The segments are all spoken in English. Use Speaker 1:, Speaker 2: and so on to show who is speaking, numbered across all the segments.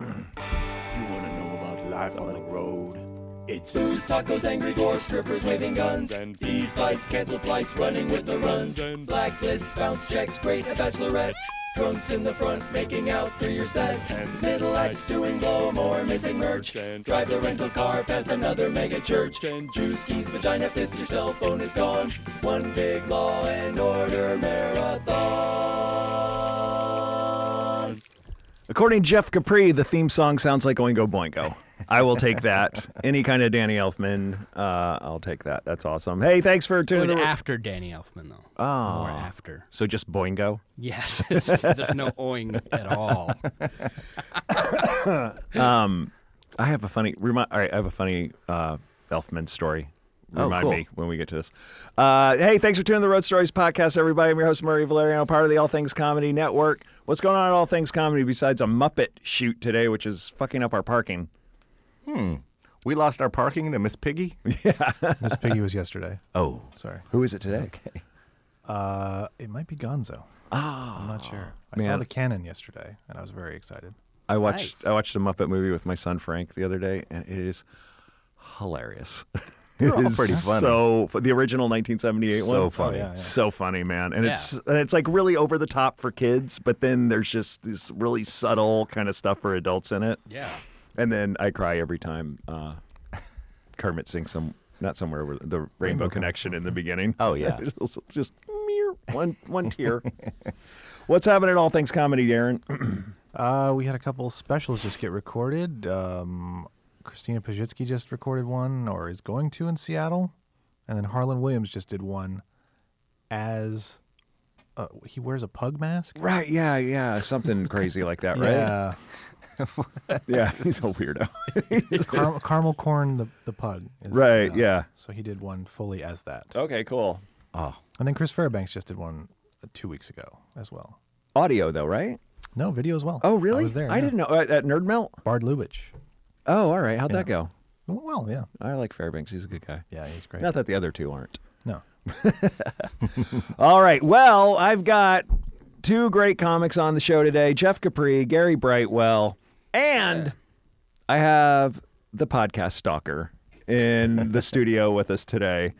Speaker 1: You want to know about life on the road? It's
Speaker 2: Booze, tacos, angry dwarfs, strippers waving guns, and fees, fights, cancel flights, running with the runs, and blacklists, bounce checks, great, a bachelorette, drunks in the front, making out through your set, and middle acts doing blow, more missing merch, and drive the rental car past another mega church, and juice keys, vagina fist, your cell phone is gone, one big law and order marathon.
Speaker 3: According to Jeff Capri, the theme song sounds like Oingo Boingo. I will take that. Any kind of Danny Elfman, uh, I'll take that. That's awesome. Hey, thanks for tuning
Speaker 4: But
Speaker 3: in.
Speaker 4: after Danny Elfman, though.
Speaker 3: Oh.
Speaker 4: More after.
Speaker 3: So just Boingo.
Speaker 4: Yes. There's no oing at all.
Speaker 3: I have a funny. Remind, all right, I have a funny uh, Elfman story.
Speaker 5: Oh,
Speaker 3: Remind
Speaker 5: cool.
Speaker 3: me when we get to this. Uh, hey, thanks for tuning in to the Road Stories podcast, everybody. I'm your host Murray Valeriano, part of the All Things Comedy Network. What's going on at All Things Comedy besides a Muppet shoot today, which is fucking up our parking?
Speaker 5: We lost our parking to Miss Piggy.
Speaker 6: Miss Piggy was yesterday.
Speaker 5: Oh,
Speaker 6: Sorry.
Speaker 3: Who is it today?
Speaker 6: Uh, it might be Gonzo. Ah, I'm not sure. I saw
Speaker 3: man.
Speaker 6: the cannon yesterday, and I was very excited.
Speaker 3: I watched
Speaker 4: Nice.
Speaker 3: I watched a Muppet movie with my son Frank the other day, and it is hilarious.
Speaker 5: They're
Speaker 3: It
Speaker 5: all
Speaker 3: is
Speaker 5: pretty funny.
Speaker 3: So fu- the original 1978 one,
Speaker 5: So funny. Oh, yeah, yeah.
Speaker 3: so funny, man, and
Speaker 4: Yeah.
Speaker 3: it's and it's like really over the top for kids, but then there's just this really subtle kind of stuff for adults in it,
Speaker 4: Yeah.
Speaker 3: and then I cry every time uh, Kermit sings some not somewhere where the Rainbow Connection in the beginning.
Speaker 5: Oh, yeah.
Speaker 3: It's just mere one one tear. What's happening at All Things Comedy, Darren?
Speaker 6: Uh, we had a couple specials just get recorded. Um, Christina Pajitsky just recorded one, or is going to in Seattle, and then Harlan Williams just did one. As uh, he wears a pug mask.
Speaker 3: Right, yeah, yeah. Something crazy like that, right?
Speaker 6: Yeah,
Speaker 3: Yeah, he's a weirdo.
Speaker 6: Car- caramel corn the the pug. Is,
Speaker 3: Right,
Speaker 6: uh,
Speaker 3: yeah.
Speaker 6: So he did one fully as that,
Speaker 3: okay, cool.
Speaker 6: and then Chris Fairbanks just did one uh, two weeks ago as well.
Speaker 3: Audio though, right?
Speaker 6: No video as well.
Speaker 3: Oh, really?
Speaker 6: I was there.
Speaker 3: I
Speaker 6: yeah.
Speaker 3: didn't know Uh, at, at Nerd Melt.
Speaker 6: Bard Lubitsch.
Speaker 3: Oh, all right. How'd that go?
Speaker 6: Well, yeah,
Speaker 3: I like Fairbanks. He's a good guy.
Speaker 6: yeah, he's great.
Speaker 3: Not that the other two aren't.
Speaker 6: No,
Speaker 3: All right. Well, I've got two great comics on the show today: Jeff Capri, Gary Brightwell, and I have the podcast stalker in the studio with us today.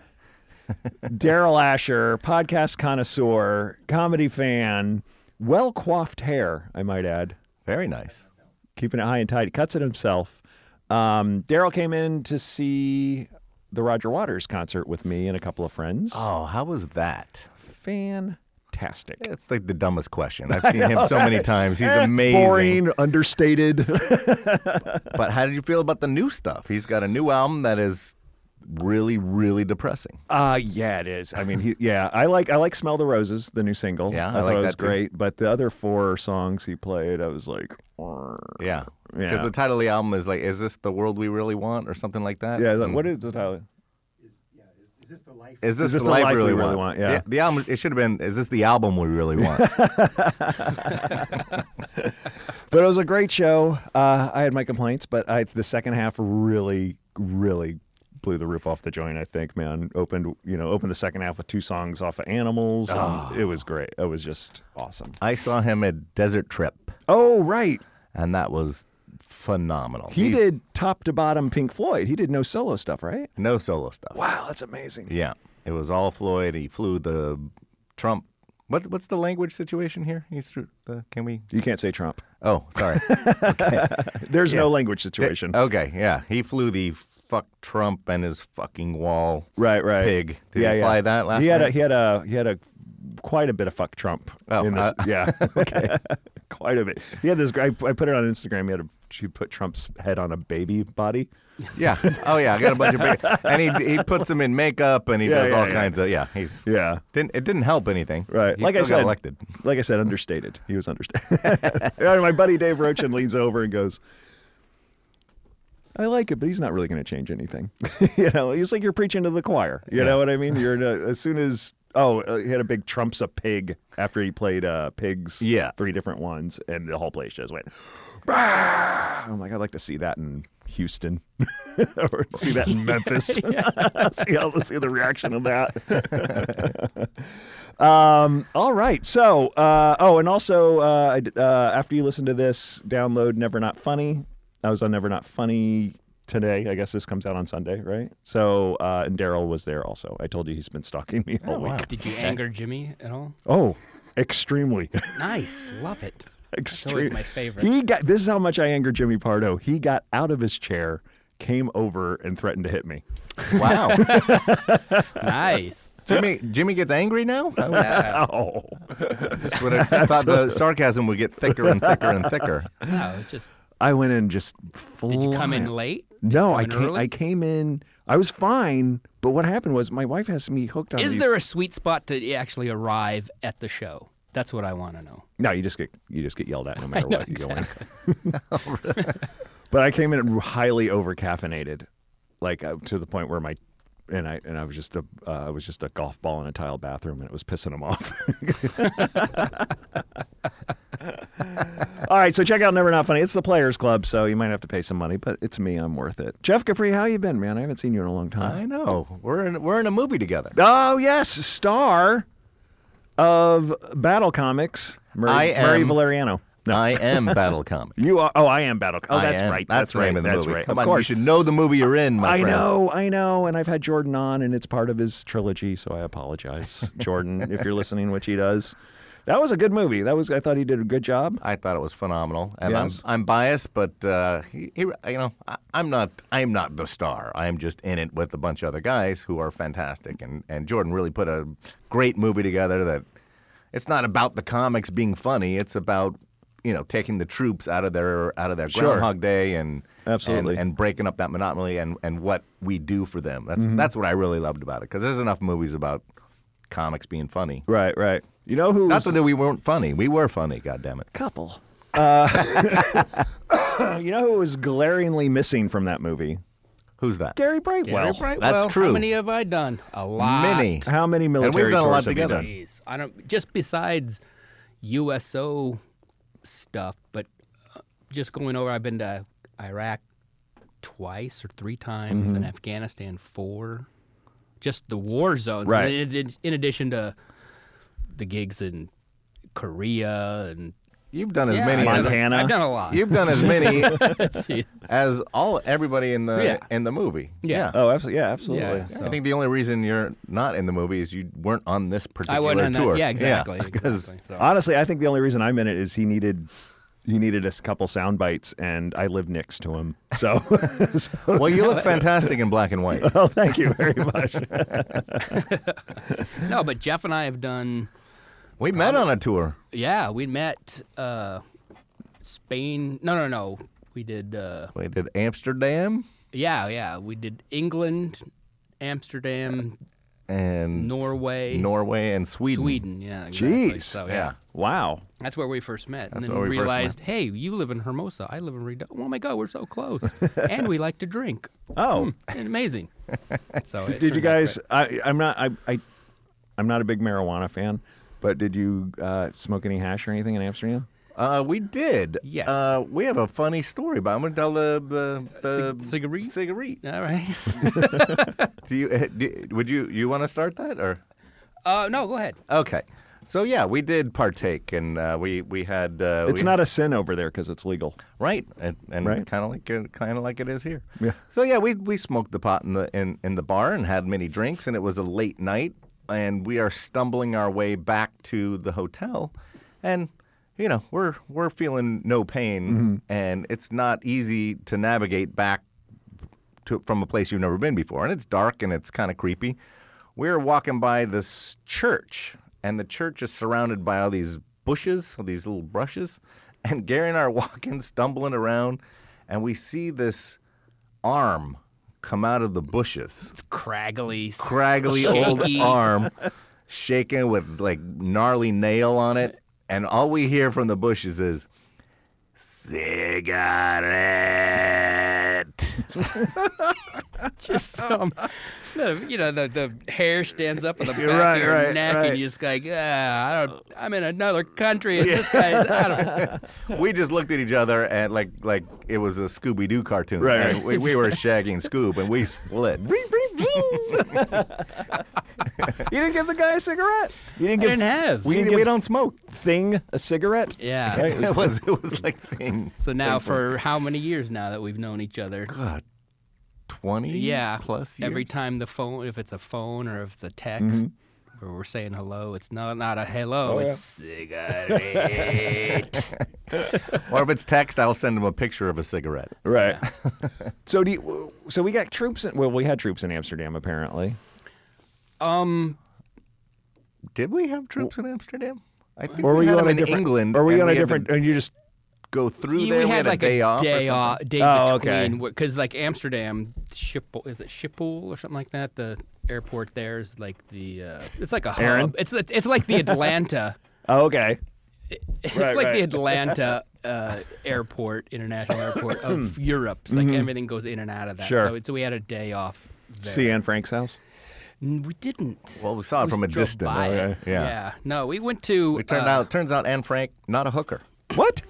Speaker 3: Daryl Asher, podcast connoisseur, comedy fan, well coiffed hair, I might add,
Speaker 5: very nice.
Speaker 3: keeping it high and tight. He cuts it himself. Um, Daryl came in to see the Roger Waters concert with me and a couple of friends.
Speaker 5: Oh, how was that?
Speaker 3: Fantastic.
Speaker 5: It's like the dumbest question. I've seen him so many times. He's
Speaker 3: Eh,
Speaker 5: amazing.
Speaker 3: Boring, understated.
Speaker 5: But how did you feel about the new stuff? He's got a new album that is really, really depressing.
Speaker 3: Uh yeah, it is. I mean, he, yeah, I like I like "Smell the Roses," the new single.
Speaker 5: Yeah, I
Speaker 3: I, thought
Speaker 5: like
Speaker 3: it was
Speaker 5: that too.
Speaker 3: great. But the other four songs he played, I was like, "Arr."
Speaker 5: Yeah. Because
Speaker 3: Yeah.
Speaker 5: the title of the album is like, Is This the World We Really Want? or something like that. Mm.
Speaker 3: yeah. Like, what is the title?
Speaker 5: Is this,
Speaker 3: this
Speaker 5: the, life, we really, want?
Speaker 3: Yeah.
Speaker 5: The, album. It should have been. Is this the album we really want?
Speaker 3: But it was a great show. Uh, I had my complaints, but I the second half really, really blew the roof off the joint. I think, man, opened you know opened the second half with two songs off of Animals. and It was great. It was just awesome.
Speaker 5: I saw him at Desert Trip,
Speaker 3: Oh right,
Speaker 5: and that was phenomenal.
Speaker 3: he did top to bottom Pink Floyd. He did no solo stuff, right?
Speaker 5: no solo stuff.
Speaker 3: Wow, that's amazing.
Speaker 5: Yeah, it was all Floyd. He flew the Trump. What what's the language situation here? He's through the. Can we?
Speaker 3: You can't say Trump.
Speaker 5: Oh, sorry.
Speaker 3: There's no language situation.
Speaker 5: okay, yeah, he flew the fuck Trump and his fucking wall.
Speaker 3: right, right.
Speaker 5: oh, Pig. Did he fly that last
Speaker 3: He had a,
Speaker 5: night?
Speaker 3: he had a he had a quite a bit of fuck Trump.
Speaker 5: Oh,
Speaker 3: in this, yeah. okay. quite a bit. He had this. I, I put it on Instagram. He had a she put Trump's head on a baby body.
Speaker 5: Yeah. Oh yeah, I got a bunch of big, and he he puts him in makeup and he
Speaker 3: Yeah,
Speaker 5: does
Speaker 3: yeah,
Speaker 5: all
Speaker 3: yeah.
Speaker 5: kinds of yeah. He's
Speaker 3: Yeah.
Speaker 5: didn't it didn't help anything.
Speaker 3: Right.
Speaker 5: He
Speaker 3: like
Speaker 5: still
Speaker 3: I said,
Speaker 5: got elected.
Speaker 3: Like I said, understated. He was understated. And my buddy Dave Rochin leans over and goes, I like it, but he's not really going to change anything. you know, he's like you're preaching to the choir. You know what I mean? You're in a, as soon as oh, uh, he had a big Trump's a pig after he played uh, pigs.
Speaker 5: Yeah.
Speaker 3: three different ones, and the whole place just went. "Bah!" I'm like, I'd like to see that in Houston, or see that in Memphis. see how see the reaction of that. um, all right, so uh, oh, and also uh, I d- uh, after you listen to this, download Never Not Funny. I was on Never Not Funny today. I guess this comes out on Sunday, right? So uh, and Daryl was there also. I told you he's been stalking me
Speaker 4: Oh,
Speaker 3: all week.
Speaker 4: Did you anger Jimmy at all?
Speaker 3: Oh, extremely.
Speaker 4: Nice. Love it. That's
Speaker 3: Extreme.
Speaker 4: always my favorite.
Speaker 3: He got this is how much I angered Jimmy Pardo. He got out of his chair, came over, and threatened to hit me.
Speaker 5: Wow.
Speaker 4: nice.
Speaker 5: Jimmy Jimmy gets angry now? That was
Speaker 3: Oh,
Speaker 5: just what I thought the sarcasm would get thicker and thicker and thicker.
Speaker 4: No, it's just.
Speaker 3: I went in just. Flying.
Speaker 4: Did you come in late?
Speaker 3: No, I
Speaker 4: in
Speaker 3: came.
Speaker 4: early?
Speaker 3: I came in. I was fine, but what happened was my wife has me hooked on.
Speaker 4: Is
Speaker 3: these-
Speaker 4: there a sweet spot to e, actually arrive at the show? That's what I want to know.
Speaker 3: No, you just get you just get yelled at no matter what you go in. but I came in highly over caffeinated, like uh, to the point where my and I and I was just a uh, I was just a golf ball in a tile bathroom and it was pissing him off. All right, so check out Never Not Funny. It's the Players Club, so you might have to pay some money, but it's me. I'm worth it. Jeff Capri, how you been, man? I haven't seen you in a long time.
Speaker 5: I know. We're in we're in a movie together.
Speaker 3: Oh yes, star of Battle Comics, Murray,
Speaker 5: I
Speaker 3: Murray
Speaker 5: am-
Speaker 3: Valeriano. No,
Speaker 5: I am Battle Comic.
Speaker 3: you are. Oh, I am Battle. Oh,
Speaker 5: I
Speaker 3: that's
Speaker 5: am.
Speaker 3: right.
Speaker 5: That's,
Speaker 3: That's,
Speaker 5: the
Speaker 3: right.
Speaker 5: name of the
Speaker 3: that's
Speaker 5: movie.
Speaker 3: right. of
Speaker 5: Come on, you
Speaker 3: course.
Speaker 5: should know the movie you're in, my
Speaker 3: I
Speaker 5: friend.
Speaker 3: know. I know. And I've had Jordan on, and it's part of his trilogy. So I apologize, Jordan, if you're listening, which he does. That was a good movie. That was. I thought he did a good job.
Speaker 5: I thought it was phenomenal, and
Speaker 3: Yes.
Speaker 5: I'm I'm biased, but uh, he, he, you know, I, I'm not I'm not the star. I am just in it with a bunch of other guys who are fantastic, and and Jordan really put a great movie together. That it's not about the comics being funny; it's about you know taking the troops out of their out of their
Speaker 3: Sure.
Speaker 5: Groundhog Day and
Speaker 3: Absolutely.
Speaker 5: and, and breaking up that monotony and and what we do for them. That's
Speaker 3: Mm-hmm.
Speaker 5: that's what I really loved about it because there's enough movies about comics being funny.
Speaker 3: Right. Right. You know who?
Speaker 5: Not
Speaker 3: Was,
Speaker 5: that we weren't funny; we were funny. God damn it.
Speaker 3: couple. Uh, you know who was glaringly missing from that movie?
Speaker 5: Who's that?
Speaker 3: Gary Brightwell.
Speaker 4: Well, right.
Speaker 5: that's
Speaker 4: well,
Speaker 5: true.
Speaker 4: How many have I done? A lot.
Speaker 5: Many.
Speaker 3: How many military
Speaker 5: done a
Speaker 3: tours
Speaker 5: lot
Speaker 3: have you
Speaker 5: together.
Speaker 3: done?
Speaker 4: Jeez, I don't. Just besides USO stuff, but uh, just going over, I've been to Iraq twice or three times,
Speaker 3: Mm-hmm.
Speaker 4: and Afghanistan four. Just the war zones,
Speaker 3: Right.
Speaker 4: In, in- in addition to the gigs in Korea and
Speaker 5: You've done as
Speaker 4: Yeah,
Speaker 5: many
Speaker 4: I've done-
Speaker 5: as
Speaker 3: Montana.
Speaker 4: I've done a lot.
Speaker 5: you've done as many
Speaker 4: yeah,
Speaker 5: as all everybody in the
Speaker 4: Yeah.
Speaker 5: in the movie.
Speaker 4: Yeah.
Speaker 3: Oh, absolutely. Yeah, absolutely.
Speaker 5: I think the only reason you're not in the movie is you weren't on this particular
Speaker 4: I went on
Speaker 5: tour.
Speaker 4: that. Yeah, exactly.
Speaker 5: because
Speaker 4: exactly. So.
Speaker 3: Honestly, I think the only reason I'm in it is he needed he needed a s- couple sound bites, and I live next to him. So, so-
Speaker 5: well, you look fantastic in black and white.
Speaker 3: oh, thank you very much.
Speaker 4: no, but Jeff and I have done.
Speaker 5: We met on a tour.
Speaker 4: Yeah, we met uh, Spain. No, no, no. We did. Uh,
Speaker 5: We did Amsterdam
Speaker 4: yeah, yeah. We did England, Amsterdam,
Speaker 5: and
Speaker 4: Norway,
Speaker 5: Norway and Sweden.
Speaker 4: Sweden. Yeah. Exactly.
Speaker 3: Jeez.
Speaker 4: So yeah.
Speaker 5: Yeah.
Speaker 3: wow.
Speaker 4: that's where we first met, and
Speaker 5: That's
Speaker 4: then
Speaker 5: where
Speaker 4: we
Speaker 5: we first met.
Speaker 4: realized, hey, you live in Hermosa, I live in Redondo. Oh my God, we're so close, and we like to drink. Hmm. Um,
Speaker 3: Oh,
Speaker 4: Amazing. So it
Speaker 3: did you
Speaker 4: turned out
Speaker 3: guys? I, I'm not. I, I I'm not a big marijuana fan, but did you uh, smoke any hash or anything in Amsterdam?
Speaker 5: Uh, we did.
Speaker 4: Yes.
Speaker 5: Uh, we have a funny story, but I'm going to tell the the,
Speaker 4: Uh,
Speaker 5: the
Speaker 4: cig- cigarette?
Speaker 5: Cigarette.
Speaker 4: great. All right.
Speaker 5: Do you, eh, do, would you you want to start that or?
Speaker 4: Uh, no, go ahead.
Speaker 5: Okay. So yeah, we did partake, and uh, we we had.
Speaker 4: Oh,
Speaker 5: Uh,
Speaker 3: It's
Speaker 5: we-
Speaker 3: not a sin over there because it's legal.
Speaker 5: right, and, and
Speaker 3: Right.
Speaker 5: kind of like kind of like it is here.
Speaker 3: Yeah.
Speaker 5: So yeah, we we smoked the pot in the in, in the bar and had many drinks, and it was a late night, and we are stumbling our way back to the hotel, and you know we're we're feeling no pain,
Speaker 3: Mm-hmm.
Speaker 5: and it's not easy to navigate back to, from a place you've never been before, and it's dark and it's kind of creepy. We were walking by this church, and the church is surrounded by all these bushes, all these little brushes, and Gary and I are walking, stumbling around, and we see this arm come out of the bushes,
Speaker 4: It's craggly.
Speaker 5: craggly old
Speaker 4: Shaky.
Speaker 5: arm, shaken with like gnarly nail on it, and all we hear from the bushes is. Cigarette.
Speaker 4: just some No, you know, the, the hair stands up on the back
Speaker 5: right,
Speaker 4: of your
Speaker 5: right,
Speaker 4: neck,
Speaker 5: right.
Speaker 4: and you're just like, ah, I don't, I'm in another country, and this guy is, I don't
Speaker 5: we just looked at each other and like like it was a Scooby Doo cartoon.
Speaker 3: Right,
Speaker 5: And
Speaker 3: right.
Speaker 5: We, we were shagging Scoob and we split.
Speaker 3: You didn't give the guy a cigarette. You didn't
Speaker 4: I
Speaker 3: give
Speaker 4: didn't have.
Speaker 3: We
Speaker 5: We,
Speaker 3: didn't give
Speaker 5: we don't smoke.
Speaker 3: thing a cigarette.
Speaker 4: Yeah.
Speaker 3: Right? It was-
Speaker 5: It was it was like things.
Speaker 4: So now for how many years now that we've known each other?
Speaker 5: God, twenty
Speaker 4: Yeah.
Speaker 5: plus years?
Speaker 4: Every time the phone, if it's a phone or if it's a text,
Speaker 5: Mm-hmm.
Speaker 4: where we're saying hello, it's not not a
Speaker 5: Oh,
Speaker 4: hello, it's cigarette.
Speaker 5: or if it's text, I'll send him a picture of a cigarette.
Speaker 3: Right. so do you, so we got troops in well we had troops in Amsterdam apparently.
Speaker 4: um,
Speaker 5: Did we have troops in Amsterdam? I think
Speaker 3: Or were
Speaker 5: we
Speaker 3: you
Speaker 5: had
Speaker 3: on
Speaker 5: 'em
Speaker 3: a
Speaker 5: in
Speaker 3: different
Speaker 5: England.
Speaker 3: Or were you
Speaker 5: and
Speaker 3: on a
Speaker 5: we had to
Speaker 3: different and you just
Speaker 5: go through
Speaker 4: you-
Speaker 5: there?
Speaker 4: we
Speaker 5: we
Speaker 4: had like
Speaker 5: a day off. or
Speaker 4: day
Speaker 5: something?
Speaker 4: off, day
Speaker 3: Oh, okay.
Speaker 4: between, because like Amsterdam, Schiphol is it Schiphol or something like that? The airport there is like the uh, it's like a hub.
Speaker 3: Aaron?
Speaker 4: It's it's like the Atlanta.
Speaker 3: oh, okay.
Speaker 4: it's
Speaker 3: Right,
Speaker 4: like
Speaker 3: right.
Speaker 4: the Atlanta uh, airport, international airport of Europe. It's
Speaker 5: Mm-hmm.
Speaker 4: like everything goes in and out of that.
Speaker 3: Sure.
Speaker 4: So, so we had a day off. There.
Speaker 3: See Anne Frank's house.
Speaker 4: N- we didn't.
Speaker 5: Well, we saw it
Speaker 4: We
Speaker 5: from a
Speaker 4: drove
Speaker 5: distance.
Speaker 4: by it.
Speaker 5: Yeah.
Speaker 4: yeah. No, we went to.
Speaker 5: It turned
Speaker 4: uh,
Speaker 5: out turns out Anne Frank not a hooker.
Speaker 3: What?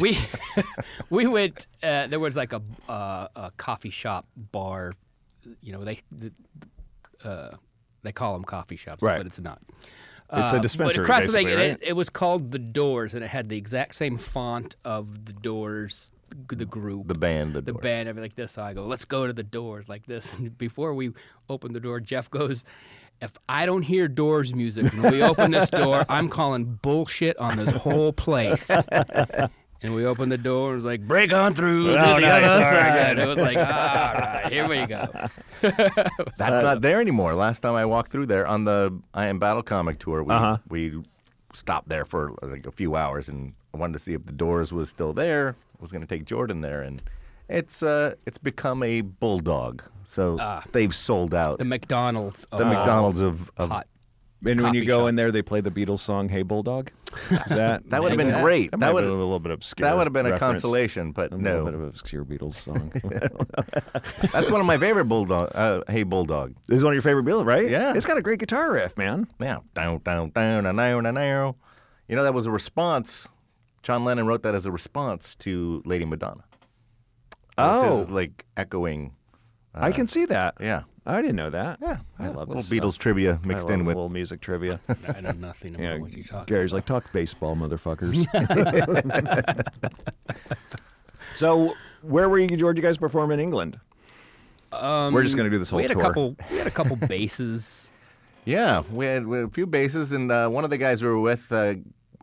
Speaker 4: We we went. Uh, there was like a uh, a coffee shop bar. You know they the, uh, they call them coffee shops,
Speaker 3: Right.
Speaker 4: but it's not. Uh,
Speaker 3: It's a dispensary,
Speaker 4: But across the thing,
Speaker 3: basically,
Speaker 4: and it, it was called the Doors, and it had the exact same font of the Doors, g- the group,
Speaker 5: The band. The,
Speaker 4: the
Speaker 5: Doors.
Speaker 4: band everything like this. So I go, let's go to the doors like this. And before we open the door, Jeff goes, if I don't hear doors music when we open this door, I'm calling bullshit on this whole place. And we opened the door and it was like, break on through to the
Speaker 3: nice.
Speaker 4: other
Speaker 3: All right,
Speaker 4: side. It was like, all right, here we go.
Speaker 5: That's
Speaker 3: Uh,
Speaker 5: not there anymore. Last time I walked through there on the I Am Battle comic tour, we
Speaker 3: Uh-huh.
Speaker 5: we stopped there for like a few hours, and I wanted to see if the Doors was still there. I was going to take Jordan there, and it's uh it's become a bulldog. So
Speaker 3: Ah.
Speaker 5: they've sold out
Speaker 4: The
Speaker 5: the,
Speaker 4: McDonald's. Oh, of
Speaker 5: McDonald's of, of
Speaker 4: Hot.
Speaker 3: And when you
Speaker 4: Coffee
Speaker 3: go
Speaker 4: shops.
Speaker 3: in there, they play the Beatles song "Hey Bulldog." Is that
Speaker 5: That would've
Speaker 3: maybe
Speaker 5: been great.
Speaker 3: That,
Speaker 5: That
Speaker 3: would have been
Speaker 5: would've-
Speaker 3: a little bit obscure.
Speaker 5: That would have been a
Speaker 3: reference.
Speaker 5: consolation, but
Speaker 3: A little
Speaker 5: no.
Speaker 3: bit of an obscure Beatles song.
Speaker 5: That's one of my favorite bulldog. Uh, hey bulldog.
Speaker 3: This is one of your favorite Beatles, right?
Speaker 5: Yeah.
Speaker 3: It's got a great guitar riff, man.
Speaker 5: Now down down down down down down, down. You know that was a response. John Lennon wrote that as a response to Lady Madonna.
Speaker 3: Oh.
Speaker 5: this is like echoing.
Speaker 3: I can see that.
Speaker 5: Uh, Yeah.
Speaker 3: I didn't know that.
Speaker 5: Yeah,
Speaker 3: I love
Speaker 5: little
Speaker 3: this
Speaker 5: Beatles
Speaker 3: stuff.
Speaker 5: trivia
Speaker 3: I
Speaker 5: mixed
Speaker 3: love
Speaker 5: in with.
Speaker 3: little music trivia.
Speaker 4: I know nothing about
Speaker 3: Yeah,
Speaker 4: what you're talking
Speaker 3: Gary's like, talk baseball, motherfuckers. so, where were you, George? You guys perform in England?
Speaker 4: Um,
Speaker 3: We're just gonna do this whole
Speaker 4: we had
Speaker 3: tour.
Speaker 4: A couple, we had a couple bases.
Speaker 5: Yeah, we had, we had a few bases, and uh, one of the guys we were with uh,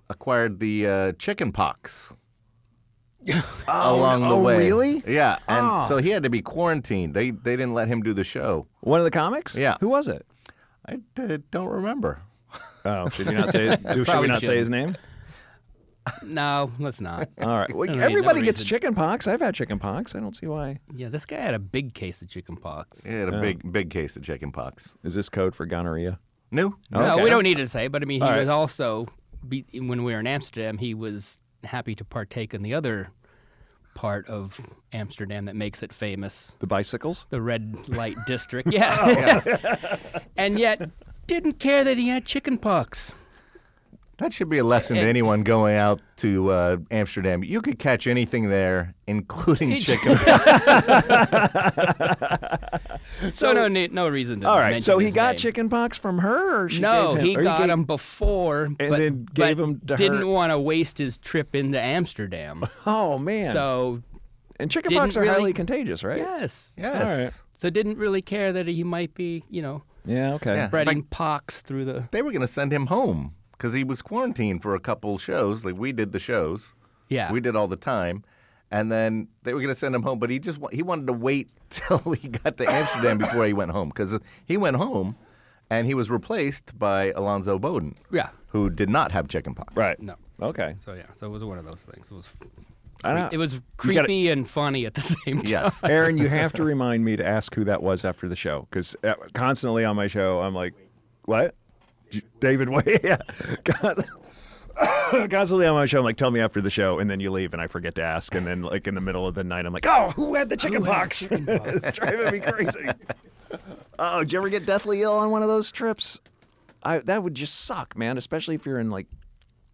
Speaker 5: acquired the uh, chicken pox. along the
Speaker 3: oh,
Speaker 5: way.
Speaker 3: really? Ah.
Speaker 5: Yeah, and so he had to be quarantined. They they didn't let him do the show.
Speaker 3: One of the comics?
Speaker 5: Yeah.
Speaker 3: Who was it?
Speaker 5: I uh, don't remember.
Speaker 3: Oh, should you not say? do, should we
Speaker 4: Probably
Speaker 3: not say his name?
Speaker 4: no, let's not.
Speaker 3: All right. Well,
Speaker 4: There's no
Speaker 3: everybody gets
Speaker 4: reason.
Speaker 3: chicken pox. I've had chicken pox. I don't see why.
Speaker 4: Yeah, this guy had a big case of chicken pox.
Speaker 5: He had a big big case of chicken pox.
Speaker 3: Is this code for gonorrhea?
Speaker 5: No,
Speaker 4: No,
Speaker 3: Okay.
Speaker 4: we don't need to say, but I mean, he
Speaker 3: All right.
Speaker 4: was also, be, when we were in Amsterdam, he was happy to partake in the other part of Amsterdam that makes it famous
Speaker 3: The bicycles?
Speaker 4: the red light district. Yeah.
Speaker 3: Oh,
Speaker 4: and yet, didn't care that he had chicken pox.
Speaker 5: That should be a lesson to anyone going out to uh, Amsterdam. You could catch anything there, including chicken.
Speaker 4: So, no need, no reason to.
Speaker 3: All right.
Speaker 4: mention
Speaker 3: So he
Speaker 4: his
Speaker 3: got
Speaker 4: name.
Speaker 3: chicken pox from her? Or she
Speaker 4: No,
Speaker 3: gave him,
Speaker 4: he
Speaker 3: or
Speaker 4: got
Speaker 3: gave-
Speaker 4: him before, and but,
Speaker 3: then gave
Speaker 4: but
Speaker 3: him to her.
Speaker 4: didn't want to waste his trip into Amsterdam.
Speaker 3: Oh, man.
Speaker 4: So
Speaker 3: and chicken
Speaker 4: didn't
Speaker 3: pox are
Speaker 4: really-
Speaker 3: highly contagious, right?
Speaker 4: yes,
Speaker 5: yes.
Speaker 3: All right.
Speaker 4: So didn't really care that he might be, you know,
Speaker 3: Yeah, okay.
Speaker 5: Yeah.
Speaker 4: spreading pox through the.
Speaker 5: They were going to send him home because he was quarantined for a couple shows. Like we did the shows,
Speaker 4: Yeah.
Speaker 5: we did all the time, and then they were going to send him home. But he just wa- he wanted to wait till he got to Amsterdam before he went home because he went home, and he was replaced by Alonzo Bowden,
Speaker 4: Yeah.
Speaker 5: who did not have chickenpox.
Speaker 3: Right.
Speaker 4: No.
Speaker 3: Okay.
Speaker 4: So yeah. So it was one of those things. It was.
Speaker 3: I don't-
Speaker 4: It was creepy
Speaker 3: Uh, gotta-
Speaker 4: and funny at the same time.
Speaker 5: Yes.
Speaker 3: Aaron, you have to remind me to ask who that was after the show because constantly on my show, I'm like, what? J- David Way? yeah. Con- Constantly on my show, I'm like, tell me after the show, and then you leave, and I forget to ask, and then like in the middle of the night, I'm like, oh, who had the chicken pox? it's driving me crazy. Oh, did you ever get deathly ill on one of those trips? I that would just suck, man. Especially if you're in like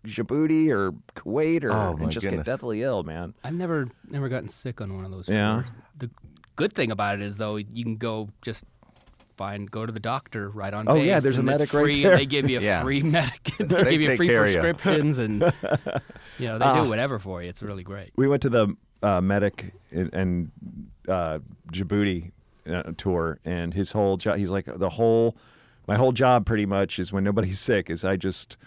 Speaker 3: Djibouti or Kuwait or
Speaker 5: Oh, my
Speaker 3: and just
Speaker 5: goodness.
Speaker 3: get deathly ill, man.
Speaker 4: I've never never gotten sick on one of those tours.
Speaker 3: Yeah.
Speaker 4: The good thing about it is though you can go just find go to the doctor right on
Speaker 3: Oh,
Speaker 4: base.
Speaker 3: yeah, there's a
Speaker 4: and it's
Speaker 3: medic right
Speaker 4: free,
Speaker 3: there.
Speaker 4: They give you
Speaker 5: Yeah.
Speaker 4: free medic. they,
Speaker 5: They
Speaker 4: give you
Speaker 5: take
Speaker 4: free
Speaker 5: care of you.
Speaker 4: prescriptions and you know, they
Speaker 3: Ah.
Speaker 4: do whatever for you. It's really great.
Speaker 3: we went to the uh, medic in- and uh, Djibouti uh, tour, and his whole job, he's like, the whole, my whole job pretty much is when nobody's sick, is I just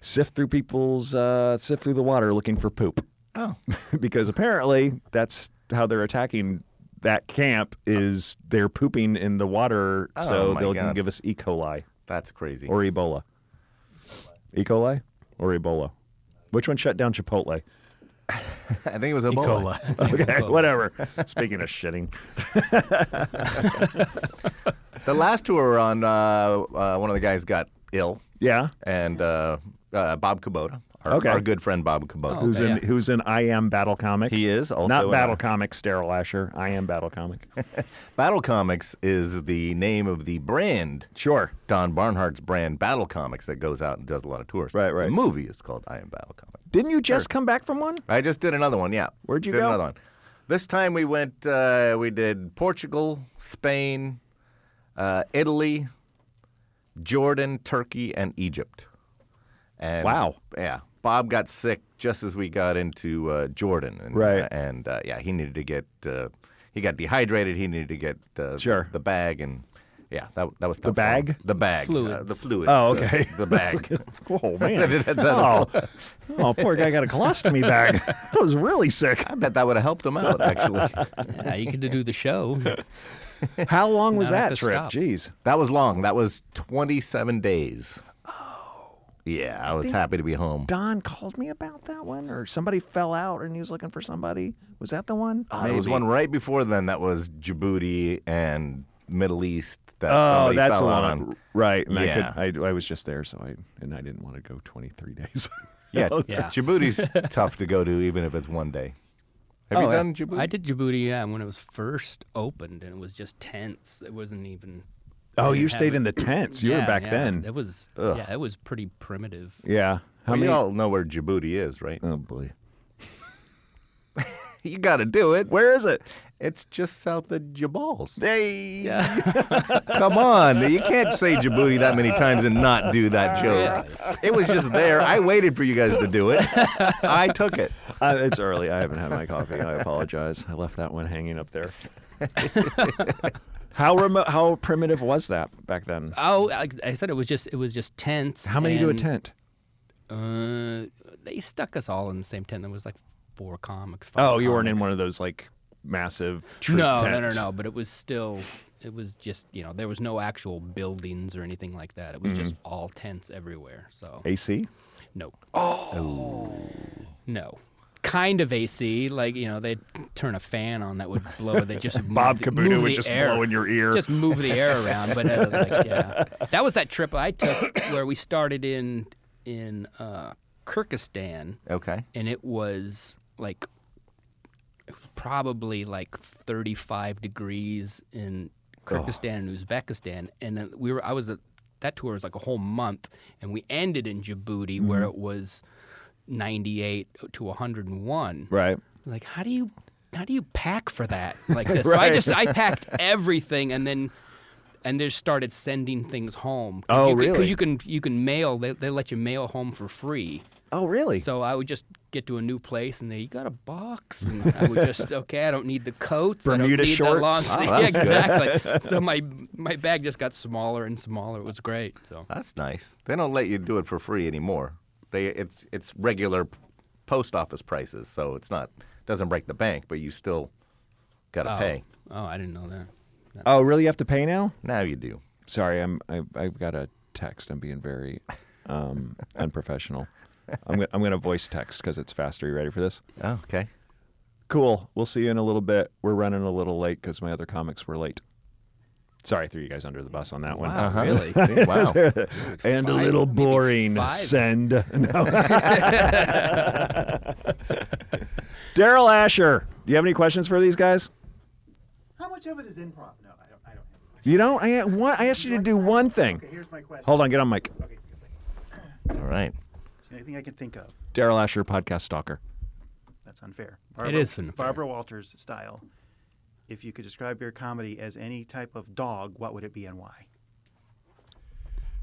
Speaker 3: sift through people's, uh, sift through the water looking for poop.
Speaker 5: Oh.
Speaker 3: because apparently that's how they're attacking that camp is they're pooping in the water
Speaker 5: Oh,
Speaker 3: so
Speaker 5: my
Speaker 3: they'll
Speaker 5: God.
Speaker 3: give us E. coli
Speaker 5: That's crazy.
Speaker 3: or Ebola. E. coli or Ebola? Which one shut down Chipotle?
Speaker 5: I think it
Speaker 3: E.
Speaker 5: was Ebola.
Speaker 3: Okay, whatever. Speaking of shitting,
Speaker 5: The last tour we were on, uh, uh, one of the guys got ill,
Speaker 3: yeah.
Speaker 5: and uh, uh, Bob Kubota, our,
Speaker 3: Okay.
Speaker 5: our good friend Bob Kubota.
Speaker 3: Who's
Speaker 4: Okay,
Speaker 3: in
Speaker 4: yeah.
Speaker 3: Who's in I Am Battle Comic?
Speaker 5: He is also
Speaker 3: not
Speaker 5: in
Speaker 3: Battle
Speaker 5: a-
Speaker 3: Comic. Sterile Asher. I Am Battle Comic.
Speaker 5: Battle Comics is the name of the brand.
Speaker 3: sure.
Speaker 5: Don Barnhart's brand, Battle Comics, that goes out and does a lot of tours.
Speaker 3: Right, right.
Speaker 5: The movie is called I Am Battle Comic.
Speaker 3: Didn't you just come back from one?
Speaker 5: I just did another one. Yeah.
Speaker 3: Where'd you
Speaker 5: did
Speaker 3: go?
Speaker 5: Another one. This time we went. Uh, we did Portugal, Spain, uh, Italy, Jordan, Turkey, and Egypt. And
Speaker 3: Wow.
Speaker 5: Yeah. Bob got sick just as we got into uh, Jordan. And,
Speaker 3: Right.
Speaker 5: and uh, yeah, he needed to get. Uh, he got dehydrated. He needed to get uh,
Speaker 3: Sure.
Speaker 5: the bag and. Yeah, that, that was tough for him.
Speaker 3: bag?
Speaker 5: The bag, uh, the
Speaker 4: Fluids.
Speaker 5: fluids.
Speaker 3: Oh,
Speaker 5: the-
Speaker 3: okay.
Speaker 5: The, bag.
Speaker 3: Oh man.
Speaker 5: That's
Speaker 3: oh.
Speaker 5: not
Speaker 3: oh, poor guy got a colostomy bag. that was really sick.
Speaker 5: I bet that would have helped him out actually.
Speaker 4: Yeah, you could do the show.
Speaker 3: How long was
Speaker 4: Not at
Speaker 3: that
Speaker 4: the
Speaker 3: trip?
Speaker 4: stop.
Speaker 3: Jeez.
Speaker 5: That was long. That was 27 days. Oh. Yeah, I was happy to be home.
Speaker 3: Don called me about that one, or somebody fell out and he was looking for somebody. Was that the one?
Speaker 5: Uh, There was
Speaker 3: Maybe.
Speaker 5: one right before then that was Djibouti and Middle East. That
Speaker 3: Oh,
Speaker 5: somebody
Speaker 3: that's the
Speaker 5: fell
Speaker 3: one.
Speaker 5: on.
Speaker 3: Right. And
Speaker 5: Yeah.
Speaker 3: I, could, I, I was just there, so I and I didn't want to go 23 days.
Speaker 5: Yeah,
Speaker 3: Oh,
Speaker 4: Yeah.
Speaker 5: Djibouti's tough to go to, even if it's one day. Have you
Speaker 3: Oh, yeah.
Speaker 5: done Djibouti?
Speaker 4: I did Djibouti, yeah, when it was first opened and it was just tents. It wasn't even
Speaker 3: oh,
Speaker 4: they
Speaker 3: you
Speaker 4: didn't have
Speaker 3: stayed
Speaker 4: it.
Speaker 3: in the tents. You were
Speaker 4: Yeah,
Speaker 3: back
Speaker 4: yeah,
Speaker 3: then.
Speaker 4: It was yeah, it was pretty primitive.
Speaker 3: Yeah. How
Speaker 5: well,
Speaker 3: many?
Speaker 5: you all know where Djibouti is, right?
Speaker 3: Oh boy.
Speaker 5: you got to do it.
Speaker 3: Where is it?
Speaker 5: It's just south of Jabals.
Speaker 3: Hey.
Speaker 5: Come on, you can't say Djibouti that many times and not do that joke. It was just there. I waited for you guys to do it. I took it.
Speaker 3: Uh, it's early. I haven't had my coffee. I apologize. I left that one hanging up there. how remote? How primitive was that back then?
Speaker 4: Oh, like I said, it was just it was just tents.
Speaker 3: How many do a
Speaker 4: and-
Speaker 3: tent?
Speaker 4: Uh, they stuck us all in the same tent. There was like four comics. Five
Speaker 3: Oh, you weren't in
Speaker 4: comics.
Speaker 3: one of those like massive troop
Speaker 4: no,
Speaker 3: tents.
Speaker 4: no, no, no. But it was still, it was just you know there was no actual buildings or anything like that. It was just
Speaker 3: Mm-hmm.
Speaker 4: all tents everywhere. So
Speaker 3: AC.
Speaker 4: no. Oh. No. Kind of AC, like you know, they'd turn a fan on that would blow. They just move
Speaker 3: Bob
Speaker 4: the-
Speaker 3: Cabuto
Speaker 4: move
Speaker 3: would
Speaker 4: the
Speaker 3: just
Speaker 4: air.
Speaker 3: blow in your ear.
Speaker 4: Just move the air around, but uh, like, yeah, that was that trip I took where we started in in uh, Kyrgyzstan,
Speaker 5: Okay.
Speaker 4: and it was like it was probably like 35 degrees in Kyrgyzstan and Uzbekistan, and then we were I was a, that tour was like a whole month, and we ended in Djibouti where it was 98 to 101.
Speaker 3: Right.
Speaker 4: Like, how do you how do you pack for that? Like this. So I just I packed everything and then and they started sending things home.
Speaker 3: Oh, really?
Speaker 4: Because you can you can mail. They, they let you mail home for free.
Speaker 3: Oh, really?
Speaker 4: So I would just get to a new place and they you got a box and I would just okay I don't need the coats
Speaker 3: Bermuda
Speaker 4: I don't need the long
Speaker 3: shorts. Oh,
Speaker 4: sleeve- yeah, exactly so my my bag just got smaller and smaller it was great so
Speaker 5: That's nice. They don't let you do it for free anymore. They it's it's regular p- post office prices, so it's not doesn't break the bank, but you still got to
Speaker 4: oh,
Speaker 5: pay.
Speaker 4: oh I didn't know that
Speaker 3: oh, really? You have to pay now?
Speaker 5: Now you do.
Speaker 3: Sorry, I'm. I, I've got a text. I'm being very um, unprofessional. I'm. Gonna, I'm going to voice text because it's faster. You ready for this?
Speaker 5: Oh, okay.
Speaker 3: Cool. We'll see you in a little bit. We're running a little late because my other comics were late. Sorry, I threw you guys under the bus on that one.
Speaker 4: wow really
Speaker 5: Wow.
Speaker 3: and a
Speaker 4: Five,
Speaker 3: little
Speaker 4: maybe
Speaker 3: boring.
Speaker 4: five.
Speaker 3: Send. No. Daryl Asher, do you have any questions for these guys?
Speaker 7: How much of it is improv? No, I don't. I don't have much.
Speaker 3: You don't. I, one, I asked you to do one thing.
Speaker 7: Here's my question.
Speaker 3: Hold on, get on mic.
Speaker 5: All right.
Speaker 7: It's the only thing I can think of.
Speaker 3: Daryl Asher, podcast stalker.
Speaker 7: That's unfair.
Speaker 4: is unfair.
Speaker 7: Barbara Walters style. If you could describe your comedy as any type of dog, what would it be and why?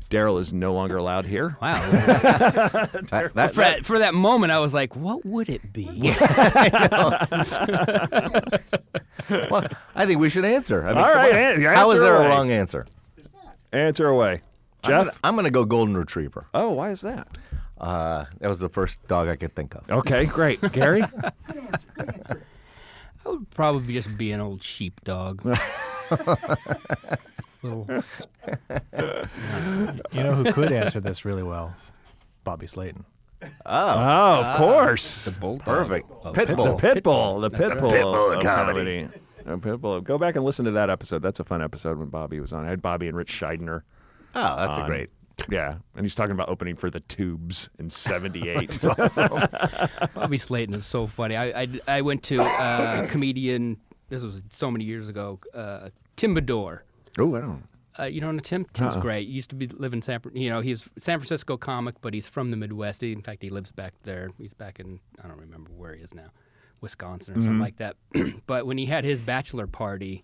Speaker 3: Daryl is no longer allowed here.
Speaker 4: Wow.
Speaker 5: That, that,
Speaker 4: for, that, for that moment, I was like, what would it be?
Speaker 5: well, I think we should answer. I mean,
Speaker 3: All
Speaker 5: come
Speaker 3: right,
Speaker 5: on.
Speaker 3: an-
Speaker 5: How is
Speaker 3: answer
Speaker 5: there
Speaker 3: away.
Speaker 5: a wrong answer?
Speaker 3: Answer away,
Speaker 5: I'm
Speaker 3: Jeff.
Speaker 5: gonna- I'm going to go golden retriever.
Speaker 3: Oh, why is that?
Speaker 5: Uh, that was the first dog I could think of.
Speaker 3: Okay, great. Gary.
Speaker 5: Oh,
Speaker 4: I would probably just be an old sheepdog. Little s-
Speaker 6: You know who could answer this really well? Bobby Slayton.
Speaker 3: Oh, of course.
Speaker 4: bulldog.
Speaker 5: Perfect.
Speaker 3: The
Speaker 5: uh, Pitbull.
Speaker 3: Pitbull. The
Speaker 4: That's right.
Speaker 3: Pitbull.
Speaker 5: Pitbull
Speaker 3: of
Speaker 5: comedy.
Speaker 3: Uh, Pitbull. Go back and listen to that episode. That's a fun episode when Bobby was on. I had Bobby and Rich Scheidner.
Speaker 5: Oh, that's a
Speaker 3: on.
Speaker 5: great.
Speaker 3: Yeah, and he's talking about opening for the Tubes in '78.
Speaker 4: Bobby Slayton is so funny. I, I, I went to uh, comedian, this was so many years ago, uh, Timbador.
Speaker 3: oh, I don't.
Speaker 4: Uh, you know, and Tim, Tim's great. He used to be live in San, Fran- you know, he's San Francisco comic, but he's from the Midwest. He, in fact, he lives back there. He's back in I don't remember where he is now, Wisconsin or something like that. but when he had his bachelor party,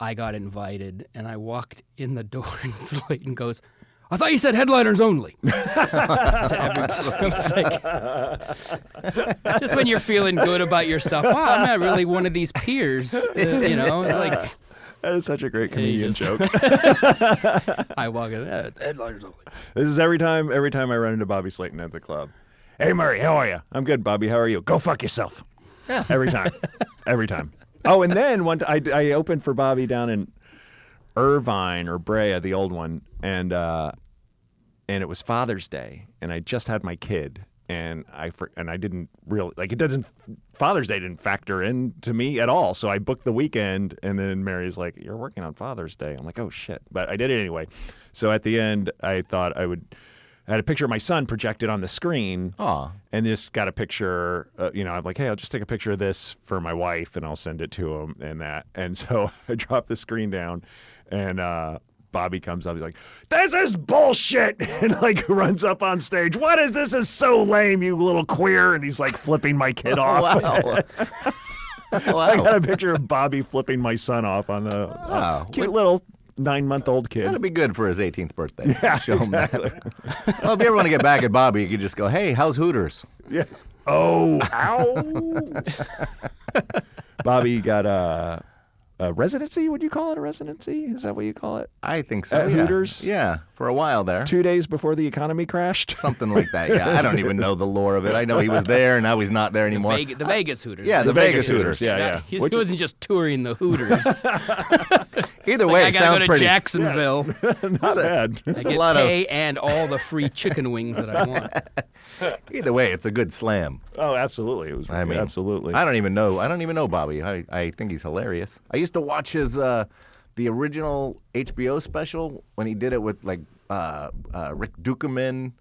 Speaker 4: I got invited, and I walked in the door, and Slayton goes. I thought you said headliners only. to everybody. I was like- just when you're feeling good about yourself, wow, I'm not really one of these peers. uh, you know, it's like
Speaker 3: That is such a great comedian joke.
Speaker 4: I walk in, uh, headliners only.
Speaker 3: this is every time. Every time I run into Bobby Slayton at the club. Hey Murray, how are you? I'm good, Bobby. How are you? Go fuck yourself. Every time. every time. Oh, and then one. T- I I opened for Bobby down in Irvine or Brea, the old one, and uh, and it was Father's Day, and I just had my kid, and I for, and I didn't really like it doesn't Father's Day didn't factor in to me at all, so I booked the weekend, and then Mary's like, "You're working on Father's Day," I'm like, "Oh shit," but I did it anyway. So at the end, I thought I would. I had a picture of my son projected on the screen,
Speaker 5: Aw.
Speaker 3: and just got a picture. Uh, you know, I'm like, hey, I'll just take a picture of this for my wife, and I'll send it to him, and that. And so I dropped the screen down, and uh, Bobby comes up. He's like, "This is bullshit!" and like runs up on stage. What is this? Is so lame, you little queer! And he's like flipping my kid off.
Speaker 5: Oh, Wow.
Speaker 3: I got
Speaker 5: wow.
Speaker 3: a picture of Bobby flipping my son off on the uh,
Speaker 5: Wow.
Speaker 3: cute little nine-month-old kid.
Speaker 5: That'd be good for his 18th birthday. Yeah, Show him that. well, if you ever want to get back at Bobby, you could just go, hey, how's Hooters?
Speaker 3: Yeah. Oh, ow. Bobby got a, a residency. Would you call it a residency? Is that what you call it?
Speaker 5: I think so.
Speaker 3: At
Speaker 5: yeah.
Speaker 3: Hooters?
Speaker 5: Yeah, for a while there.
Speaker 3: Two days before the economy crashed.
Speaker 5: Something like that. Yeah, I don't even know the lore of it. I know he was there, now he's not there anymore.
Speaker 4: Vegas, the Vegas Hooters.
Speaker 5: Yeah, the, Vegas, Hooters.
Speaker 3: Yeah, yeah.
Speaker 4: He
Speaker 3: Which-
Speaker 4: wasn't just touring the Hooters. Like,
Speaker 5: Either way,
Speaker 4: I
Speaker 5: it
Speaker 4: gotta
Speaker 5: sounds
Speaker 4: go to
Speaker 5: pretty.
Speaker 4: Jacksonville.
Speaker 3: Not bad.
Speaker 4: I
Speaker 5: a
Speaker 4: get
Speaker 5: lot of-
Speaker 4: pay and all the free chicken wings that I want.
Speaker 5: Either way, it's a good slam.
Speaker 3: oh, absolutely. It was.
Speaker 5: I mean,
Speaker 3: absolutely.
Speaker 5: I don't even know. I don't even know Bobby. I, I think he's hilarious. I used to watch his uh, the original HBO special when he did it with like uh, uh, Rick Dukeman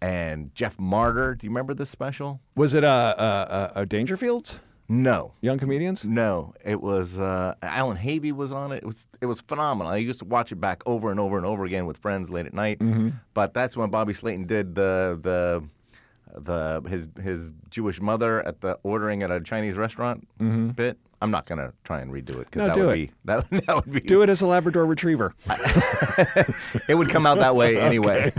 Speaker 5: and Jeff Martyr. Do you remember this special?
Speaker 3: was it a uh, uh, uh, Dangerfields?
Speaker 5: No.
Speaker 3: Young comedians?
Speaker 5: No, it was uh, Alan Havey was on it. It was it was phenomenal. I used to watch it back over and over and over again with friends late at night.
Speaker 3: Mm-hmm.
Speaker 5: But that's when Bobby Slayton did the the the his his Jewish mother at the ordering at a Chinese restaurant bit. I'm not gonna try and redo it
Speaker 3: Mm-hmm. No,
Speaker 5: because that
Speaker 3: do it.
Speaker 5: would be that, that would be
Speaker 3: Do it as a Labrador Retriever.
Speaker 5: it would come out that way anyway.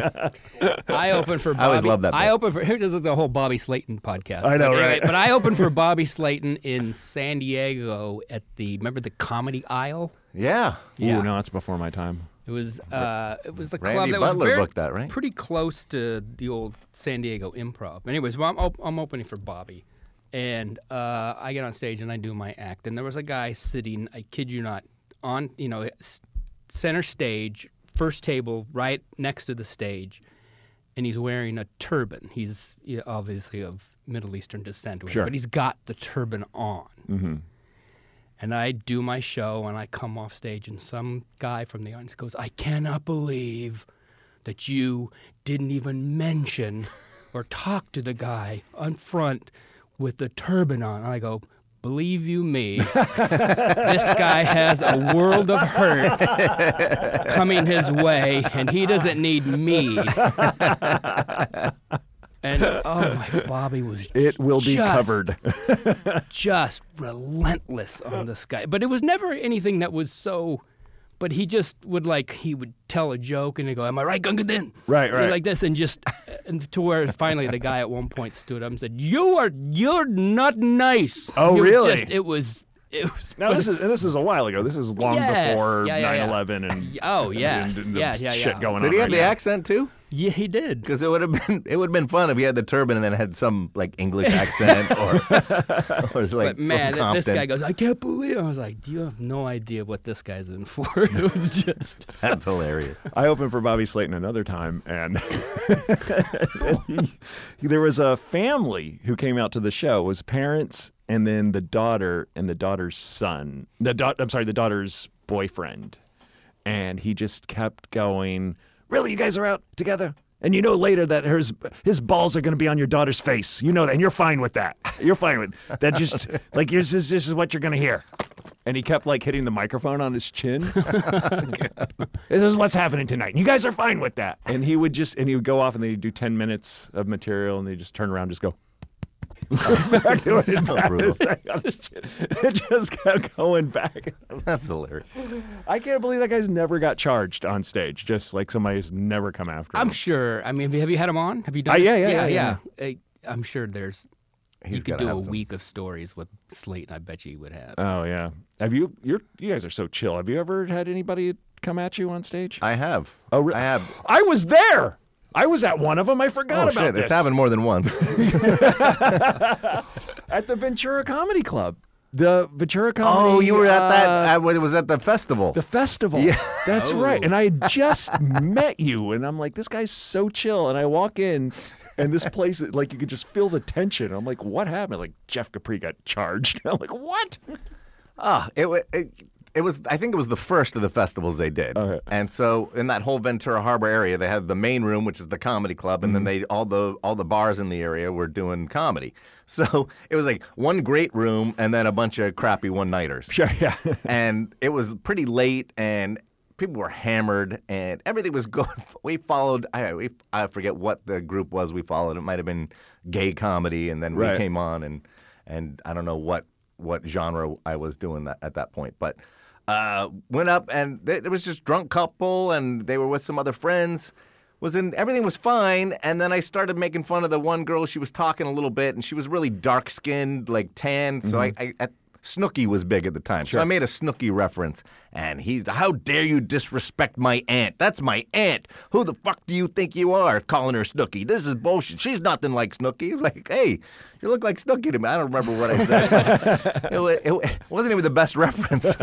Speaker 4: I open for Bobby.
Speaker 5: always love that
Speaker 4: I
Speaker 5: bit.
Speaker 4: open for here. This is the whole Bobby Slayton podcast.
Speaker 3: I know,
Speaker 4: but anyway,
Speaker 3: right?
Speaker 4: but I opened for Bobby Slayton in San Diego at the remember the Comedy Isle.
Speaker 5: yeah.
Speaker 4: Yeah.
Speaker 3: Ooh, no, that's before my time.
Speaker 4: It was uh, it was the club
Speaker 5: Randy
Speaker 4: that
Speaker 5: Butler
Speaker 4: was very,
Speaker 5: booked that, right?
Speaker 4: pretty close to the old San Diego Improv. Anyways, well, I'm op- I'm opening for Bobby, and uh, I get on stage and I do my act, and there was a guy sitting, I kid you not, on you know s- center stage, first table, right next to the stage, and he's wearing a turban. He's you know, obviously of Middle Eastern descent, or whatever,
Speaker 3: Sure.
Speaker 4: but he's got the turban on and I do my show and I come off stage and some guy from the audience goes, "I cannot believe that you didn't even mention or talk to the guy on front with the turban on." And I go, Believe you me, this guy has a world of hurt coming his way, and he doesn't need me. And oh my, Bobby was
Speaker 3: It will be
Speaker 4: just-
Speaker 3: covered.
Speaker 4: just relentless on this guy. But it was never anything that was so. But he just would like he would tell a joke and he'd go, "Am I right, Gunga Din?"
Speaker 3: Right,
Speaker 4: And
Speaker 3: right.
Speaker 4: Like this, and just and to where finally the guy at one point stood up and said, "You are you're not nice."
Speaker 3: Oh,
Speaker 4: It was
Speaker 3: really?
Speaker 4: just- it was it was.
Speaker 3: Now this is and this is a while ago. This is long
Speaker 4: Yes.
Speaker 3: before
Speaker 4: Yeah, yeah, yeah.
Speaker 3: 9/11 and
Speaker 4: Oh yes,
Speaker 3: and the
Speaker 4: yeah, yeah,
Speaker 3: shit
Speaker 4: yeah.
Speaker 3: going on.
Speaker 5: Did he have
Speaker 3: right
Speaker 5: the
Speaker 3: now.
Speaker 5: accent too?
Speaker 4: Yeah, he did.
Speaker 5: Because it would have been it would have been fun if he had the turban and then had some like English accent or or was, like
Speaker 4: But man,
Speaker 5: from
Speaker 4: th- this guy
Speaker 5: Compton.
Speaker 4: goes, "I can't believe." I was like, "Do you have no idea what this guy's in for?" It was just.
Speaker 5: That's hilarious.
Speaker 3: I opened for Bobby Slayton another time, and, and he- there was a family who came out to the show. It was parents, and then the daughter and the daughter's son. The da- I'm sorry, the daughter's boyfriend, and he just kept going. Really, you guys are out together, and you know later that his his balls are going to be on your daughter's face. You know that, and you're fine with that. You're fine with that. Just like this is this is what you're going to hear. And he kept like hitting the microphone on his chin. This is what's happening tonight. and You guys are fine with that. And he would just, and he would go off and they'd do 10 minutes of material and they just turn around and just go. back to his back.
Speaker 5: brutal.
Speaker 3: It just kept going back.
Speaker 5: That's hilarious.
Speaker 3: I can't believe that guy's never got charged on stage. Just like somebody's never come after him.
Speaker 4: I'm sure. I mean, have you- have you had him on? Have you done?
Speaker 3: Uh,
Speaker 4: it?
Speaker 3: yeah, yeah, yeah,
Speaker 4: I, I'm sure there's.
Speaker 5: He's
Speaker 4: you could
Speaker 5: gotta
Speaker 4: do a
Speaker 5: have some.
Speaker 4: week of stories with Slate, and I bet you he would have.
Speaker 3: oh yeah. Have you? You're you guys are so chill. Have you ever had anybody come at you on stage?
Speaker 5: I have.
Speaker 3: Oh, re-
Speaker 5: I have.
Speaker 3: I was there. I was at one of them. I forgot
Speaker 5: oh
Speaker 3: about
Speaker 5: shit!
Speaker 3: this.
Speaker 5: It's happened more than once.
Speaker 3: at the Ventura Comedy Club. The Ventura Comedy.
Speaker 5: oh, you were at
Speaker 3: uh,
Speaker 5: that. I was at the festival.
Speaker 3: The festival.
Speaker 5: Yeah.
Speaker 3: That's right. And I had just met you, and I'm like, this guy's so chill. And I walk in, and this place, like, you could just feel the tension. I'm like, what happened? Like, Jeff Capri got charged. I'm like, what?
Speaker 5: Ah, it, wa- it it was. I think it was the first of the festivals they did.
Speaker 3: Okay.
Speaker 5: And so in that whole Ventura Harbor area, they had the main room, which is the comedy club, and then
Speaker 3: Mm-hmm.
Speaker 5: they all the all the bars in the area were doing comedy. So it was like one great room and then a bunch of crappy one nighters.
Speaker 3: Sure, yeah.
Speaker 5: and it was pretty late and. People were hammered, and everything was going. We followed. I we, I forget what the group was. We followed. It might have been gay comedy, and then
Speaker 3: Right.
Speaker 5: we came on and and I don't know what what genre I was doing that at that point, but uh, went up and th- it was just drunk couple and they were with some other friends. Was in everything was fine, and then I started making fun of the one girl. She was talking a little bit, and she was really dark skinned, like tan. So I, I, I Snooky was big at the time, so I made a Snooky reference, and he, how dare you disrespect my aunt? That's my aunt. Who the fuck do you think you are, calling her Snooky? This is bullshit. She's nothing like Snooky. It's Like, hey, you look like Snooky to me. I don't remember what I said. it, wa- it wa- it wasn't even the best reference,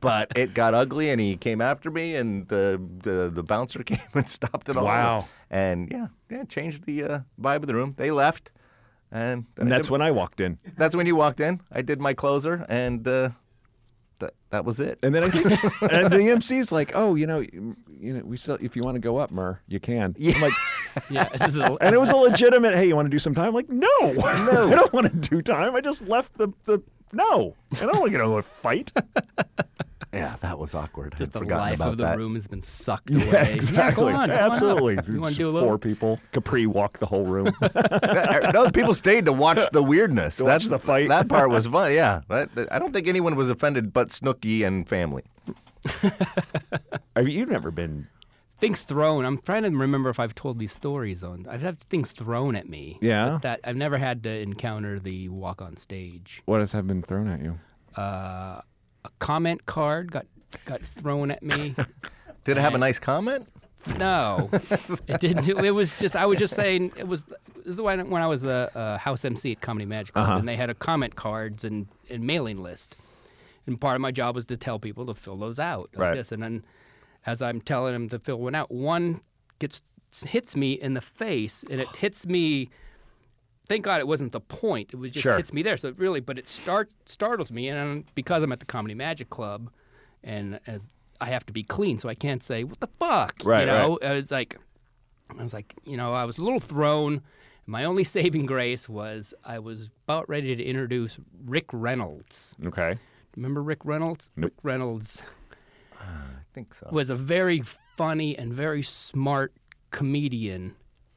Speaker 5: but it got ugly, and he came after me, and the the, the bouncer came and stopped it all.
Speaker 3: Wow.
Speaker 5: And yeah, yeah, changed the uh, vibe of the room. They left. And, then
Speaker 3: And
Speaker 5: I
Speaker 3: that's
Speaker 5: did-
Speaker 3: when I walked in.
Speaker 5: that's when you walked in. I did my closer, and uh, that that was it.
Speaker 3: And then I think, and the MC's like, oh, you know, you know, we still, if you want to go up, Mer, you can. Yeah. I'm like,
Speaker 4: Yeah, this is a-
Speaker 3: and it was a legitimate, hey, you want to do some time? I'm like, no, no. I don't want to do time. I just left the, the no. I don't want to get into a fight.
Speaker 5: Yeah, that was awkward.
Speaker 4: just
Speaker 5: I'd
Speaker 4: the
Speaker 5: forgotten
Speaker 4: life
Speaker 5: about
Speaker 4: of the
Speaker 5: that.
Speaker 4: room has been sucked away.
Speaker 3: Yeah, exactly.
Speaker 4: Yeah, go on, go on up.
Speaker 3: Absolutely.
Speaker 4: You want
Speaker 3: Just
Speaker 4: to do a
Speaker 3: Four
Speaker 4: little?
Speaker 3: people. Capri walked the whole room.
Speaker 5: no, people stayed to watch the weirdness.
Speaker 3: To watch the fight.
Speaker 5: That part was fun. Yeah, that, that- I don't think anyone was offended, but Snooky and family.
Speaker 3: I mean, you've never been.
Speaker 4: Things thrown. I'm trying to remember if I've told these stories on. I've had things thrown at me.
Speaker 3: Yeah.
Speaker 4: but that I've never had to encounter the walk on stage.
Speaker 3: What has have been thrown at you?
Speaker 4: Uh, a comment card got got thrown at me.
Speaker 5: Did it have a
Speaker 4: And-
Speaker 5: nice comment?
Speaker 4: No, it didn't. do- It was just I was just saying it was. This is when when I was the uh, house MC at Comedy Magic, Club, and they had a comment cards and, and mailing list, and part of my job was to tell people to fill those out. like
Speaker 3: Right.
Speaker 4: This and then, as I'm telling them to fill one out, one gets hits me in the face, and it hits me. Thank God it wasn't the point. It was just
Speaker 3: Sure.
Speaker 4: hits me there. So it really, but it start startles me, and I'm- because I'm at the Comedy Magic Club, and as I have to be clean, so I can't say what the fuck.
Speaker 3: Right,
Speaker 4: You know, I was like, I was like, you know, I was a little thrown. My only saving grace was I was about ready to introduce Rick Reynolds.
Speaker 5: Okay.
Speaker 4: Remember Rick Reynolds? Rick Reynolds
Speaker 5: I think so.
Speaker 4: was a very funny and very smart comedian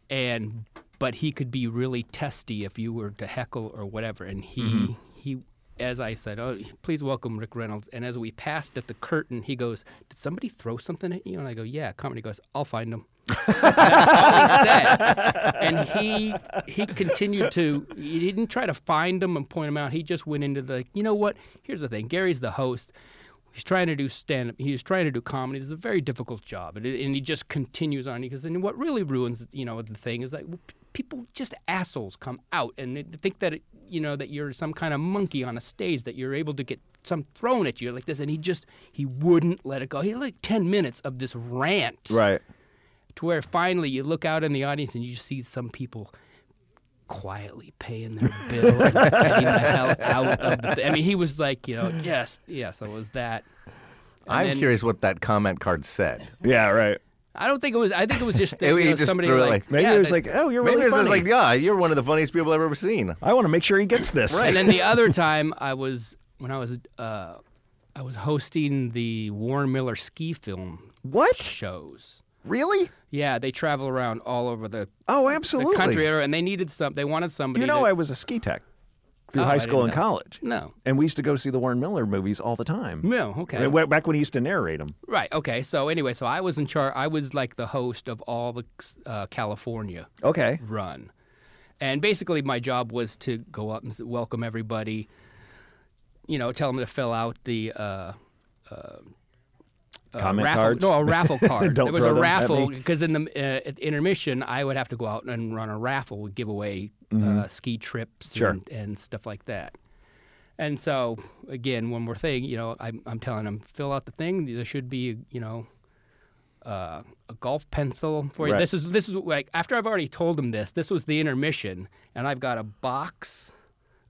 Speaker 4: and but he could be really testy if you were to heckle or whatever and he he as I said, oh, please welcome Rick Reynolds. And as we passed at the curtain, he goes, "Did somebody throw something at you?" And I go, "Yeah." Comedy goes, "I'll find them." That's all he said. And he he continued to he didn't try to find them and point them out. He just went into the you know what? Here's the thing. Gary's the host. He's trying to do stand up. He's trying to do comedy. It's a very difficult job, and, and he just continues on. He goes, and what really ruins you know the thing is that people just assholes come out and they think that it, you know that you're some kind of monkey on a stage that you're able to get some thrown at you like this, and he just he wouldn't let it go. He had like ten minutes of this rant
Speaker 5: right.
Speaker 4: to where finally you look out in the audience and you see some people quietly paying their bill and getting the hell out of the thi- I mean, he was like, you know, just, yeah, so it was that. And
Speaker 5: I'm
Speaker 4: then-
Speaker 5: curious what that comment card said.
Speaker 3: Yeah, right.
Speaker 4: I don't think it was, I think it was just, that,
Speaker 5: He
Speaker 4: you know,
Speaker 5: just
Speaker 4: somebody
Speaker 5: threw it
Speaker 4: like,
Speaker 5: like-
Speaker 3: Maybe
Speaker 4: yeah,
Speaker 3: it was
Speaker 4: that-
Speaker 3: like, oh, you're
Speaker 5: Maybe
Speaker 3: really
Speaker 5: it's
Speaker 3: funny.
Speaker 5: just like, yeah, you're one of the funniest people I've ever seen.
Speaker 3: I want to make sure he gets this.
Speaker 4: And then the other time I was, when I was, uh, I was hosting the Warren Miller ski film
Speaker 3: What?
Speaker 4: shows.
Speaker 3: Really?
Speaker 4: Yeah, they travel around all over the,
Speaker 3: Oh,
Speaker 4: the
Speaker 3: absolutely.
Speaker 4: country, and they needed some. They wanted somebody.
Speaker 3: you know,
Speaker 4: to-
Speaker 3: I was a ski tech through
Speaker 4: Oh, I
Speaker 3: high
Speaker 4: didn't
Speaker 3: school and
Speaker 4: know.
Speaker 3: college,
Speaker 4: no,
Speaker 3: and we used to go see the Warren Miller movies all the time.
Speaker 4: no, okay.
Speaker 3: And we- Back when he used to narrate them.
Speaker 4: Right. Okay. So anyway, so I was in charge. I was like the host of all the uh, California
Speaker 3: Okay.
Speaker 4: run, and basically my job was to go up and s- welcome everybody. You know, tell them to fill out the uh, uh, uh,
Speaker 3: Comment
Speaker 4: raffle,
Speaker 3: cards?
Speaker 4: No, a raffle card.
Speaker 3: Don't
Speaker 4: there was
Speaker 3: throw
Speaker 4: a
Speaker 3: them at
Speaker 4: raffle
Speaker 3: me.
Speaker 4: because in the uh, at the intermission I would have to go out and run a raffle, would give away uh, ski trips
Speaker 3: Mm-hmm. Sure.
Speaker 4: and, and stuff like that. And so, again, one more thing, you know, I'm, I'm telling them, fill out the thing. There should be, you know, uh, a golf pencil for you.
Speaker 5: Right.
Speaker 4: This is this is like after I've already told them this. This was the intermission, and I've got a box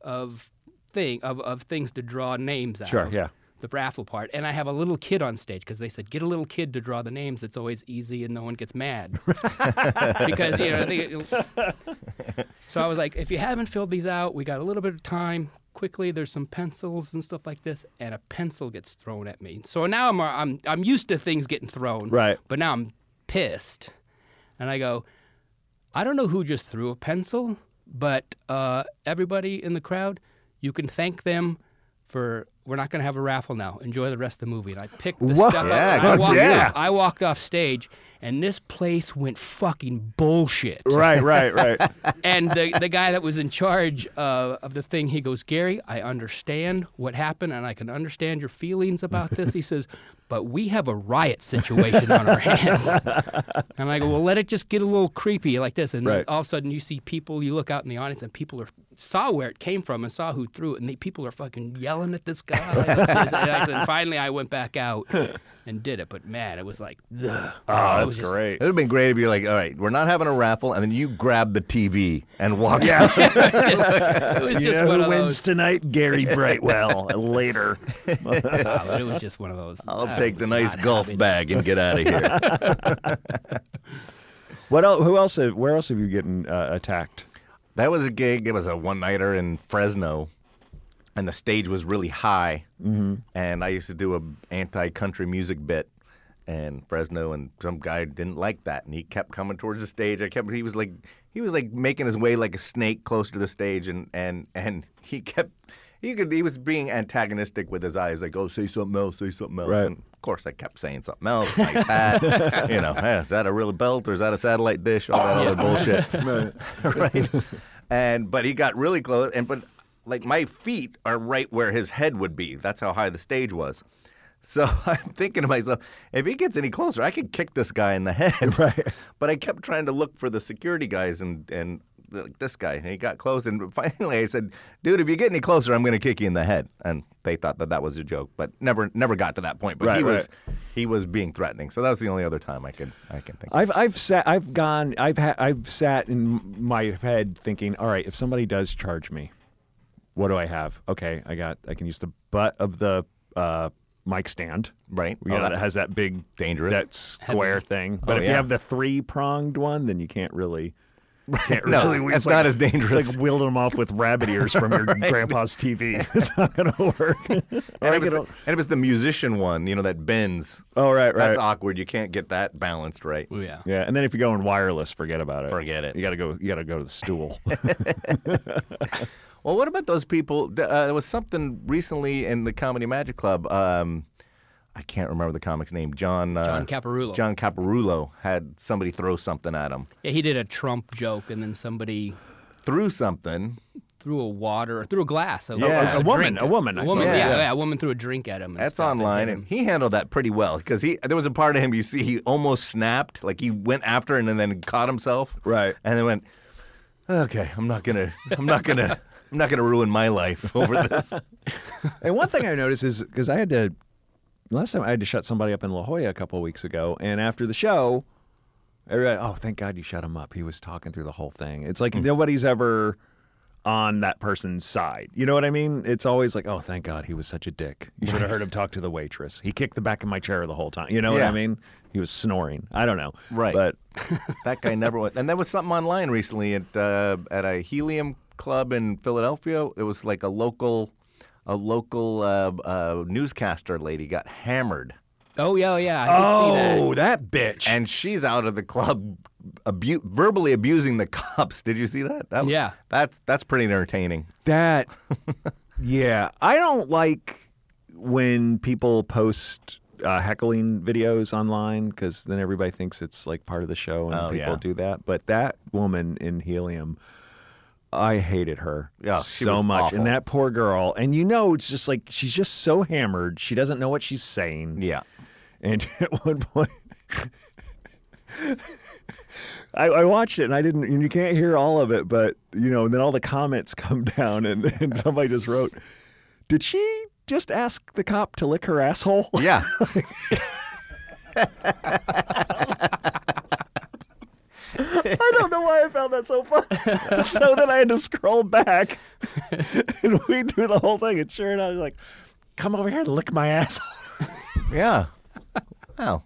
Speaker 4: of thing of, of things to draw names out.
Speaker 3: Sure,
Speaker 4: of,
Speaker 3: yeah.
Speaker 4: The raffle part, and I have a little kid on stage because they said get a little kid to draw the names. It's always easy and no one gets mad because you know. They, so I was like, if you haven't filled these out, we got a little bit of time. Quickly, there's some pencils and stuff like this, and a pencil gets thrown at me. So now I'm I'm I'm used to things getting thrown.
Speaker 3: Right.
Speaker 4: But now I'm pissed, and I go, I don't know who just threw a pencil, but uh, everybody in the crowd, you can thank them for. We're not going to have a raffle now. Enjoy the rest of the movie. And I picked the
Speaker 3: Wha-
Speaker 4: stuff
Speaker 5: Yeah,
Speaker 4: up. and I
Speaker 3: good-
Speaker 4: walked
Speaker 3: yeah.
Speaker 4: off. I walked off stage, and this place went fucking bullshit.
Speaker 3: Right, right, right.
Speaker 4: And the, the guy that was in charge uh, of the thing, he goes, Gary, I understand what happened and I can understand your feelings about this. He says, but we have a riot situation on our hands. and I go, well, let it just get a little creepy like this. And
Speaker 3: Right.
Speaker 4: all of a sudden you see people, you look out in the audience and people are saw where it came from and saw who threw it. And they, people are fucking yelling at this guy. and finally I went back out and did it. But man, it was like, ugh.
Speaker 3: Oh,
Speaker 4: It
Speaker 3: that's
Speaker 4: was just-
Speaker 3: great.
Speaker 5: It would have been great if you're like, all right, we're not having a raffle, and then you grab the TV and walk out.
Speaker 4: It was
Speaker 3: You
Speaker 4: just
Speaker 3: know
Speaker 4: one
Speaker 3: who
Speaker 4: of
Speaker 3: wins
Speaker 4: those.
Speaker 3: tonight? Gary Brightwell. Later.
Speaker 4: Ah, but it was just one of those.
Speaker 5: I'll
Speaker 4: I
Speaker 5: take the
Speaker 4: was
Speaker 5: nice
Speaker 4: not
Speaker 5: golf
Speaker 4: happy.
Speaker 5: bag and get out of here.
Speaker 3: What else? Who else? Have, where else have you getting uh, attacked?
Speaker 5: that was a gig. It was a one nighter in Fresno, and the stage was really high. Mm-hmm. And I used to do a anti country music bit in Fresno, and some guy didn't like that, and he kept coming towards the stage. I kept. He was like, he was like making his way like a snake closer to the stage, and and and he kept. He could. He was being antagonistic with his eyes, like, "Oh, say something else, say something else."
Speaker 3: Right.
Speaker 5: And of course, I kept saying something else. Nice hat, you know. "Eh, is that a real belt or is that a satellite dish? All that other bullshit, right? And but he got really close, and but like my feet are right where his head would be. That's how high the stage was. So I'm thinking to myself, if he gets any closer, I could kick this guy in the head. Right. But I kept trying to look for the security guys and and like this guy, and he got close. And finally, I said, "Dude, if you get any closer, I'm going to kick you in the head." And they thought that that was a joke, but never never got to that point. But
Speaker 3: Right,
Speaker 5: he was he was being threatening. So that was the only other time I could I can think. of.
Speaker 3: I've I've sat I've gone I've ha- I've sat in my head thinking, all right, if somebody does charge me, what do I have? Okay, I got I can use the butt of the uh, mic stand.
Speaker 5: Right.
Speaker 3: You
Speaker 5: Oh,
Speaker 3: know,
Speaker 5: that-
Speaker 3: that has that big
Speaker 5: Dangerous. Oh,
Speaker 3: that square thing. But
Speaker 4: Heavy.
Speaker 3: if you
Speaker 5: yeah.
Speaker 3: have the three pronged one, then you can't really.
Speaker 8: Can't
Speaker 5: No,
Speaker 8: really-
Speaker 5: that's not as dangerous.
Speaker 8: It's like wielding them off with rabbit ears from your grandpa's TV. It's not going to work.
Speaker 5: And if, it's, and if it's the musician one, you know, that bends.
Speaker 8: oh, right, right.
Speaker 5: That's awkward. You can't get that balanced right.
Speaker 4: Oh, yeah.
Speaker 8: Yeah, and then if you're going wireless, forget about it.
Speaker 5: Forget it.
Speaker 8: You gotta go. You gotta go to the stool.
Speaker 5: Well, what about those people? th- Uh, there was something recently in the Comedy Magic Club. Um, I can't remember the comic's name. John. Uh,
Speaker 4: John Caparulo.
Speaker 5: John Caparulo had somebody throw something at him.
Speaker 4: Yeah, he did a Trump joke, and then somebody
Speaker 5: Threw something.
Speaker 4: threw a water, threw a glass. A,
Speaker 8: Yeah. A woman,
Speaker 4: drink.
Speaker 8: a woman, I
Speaker 4: A woman,
Speaker 8: saw.
Speaker 4: yeah,
Speaker 5: Yeah.
Speaker 4: yeah. a woman threw a drink at him. and
Speaker 5: That's
Speaker 4: stuff, and
Speaker 5: online,
Speaker 4: hit
Speaker 5: and
Speaker 4: him.
Speaker 5: he handled that pretty well because he there was a part of him you see he almost snapped, like he went after and then caught himself,
Speaker 8: Right.
Speaker 5: and then went, "Okay, I'm not gonna, I'm not gonna, I'm not gonna ruin my life over this."
Speaker 3: And one thing I noticed is because I had to last time I had to shut somebody up in La Jolla a couple of weeks ago, and after the show, everybody, oh thank God you shut him up. He was talking through the whole thing. It's
Speaker 5: Mm.
Speaker 3: like nobody's ever on that person's side. You know what I mean? It's always like, oh thank God he was such a dick. You should have heard him talk to the waitress. He kicked the back of my chair the whole time. You know what
Speaker 5: Yeah.
Speaker 3: I mean? He was snoring. I don't know.
Speaker 5: Right.
Speaker 3: But
Speaker 5: that guy never went. And there was something online recently at uh, at a helium club in Philadelphia. It was like a local a local uh, uh, newscaster lady got hammered,
Speaker 4: Oh yeah, oh, yeah. I did see that.
Speaker 8: oh, that bitch.
Speaker 5: and she's out of the club, abu- verbally abusing the cops. Did you see that? that was-
Speaker 4: Yeah.
Speaker 5: that's that's pretty entertaining.
Speaker 3: that yeah i don't like when people post uh, heckling videos online because then everybody thinks it's like part of the show and
Speaker 5: Oh,
Speaker 3: people
Speaker 5: yeah.
Speaker 3: do that but that woman in helium i hated her
Speaker 5: Yeah, she
Speaker 3: so
Speaker 5: was
Speaker 3: much
Speaker 5: awful.
Speaker 3: and that poor girl and you know it's just like she's just so hammered she doesn't know what she's saying
Speaker 5: Yeah,
Speaker 3: and at one point, I, I watched it and I didn't, and you can't hear all of it, but you know, and then all the comments come down and, and somebody just wrote, Did she just ask the cop to lick her asshole?
Speaker 5: yeah.
Speaker 3: I don't know why I found that so funny. so then I had to scroll back and we through the whole thing. And sure enough, I was like, Come over here and lick my asshole.
Speaker 5: Yeah. Wow.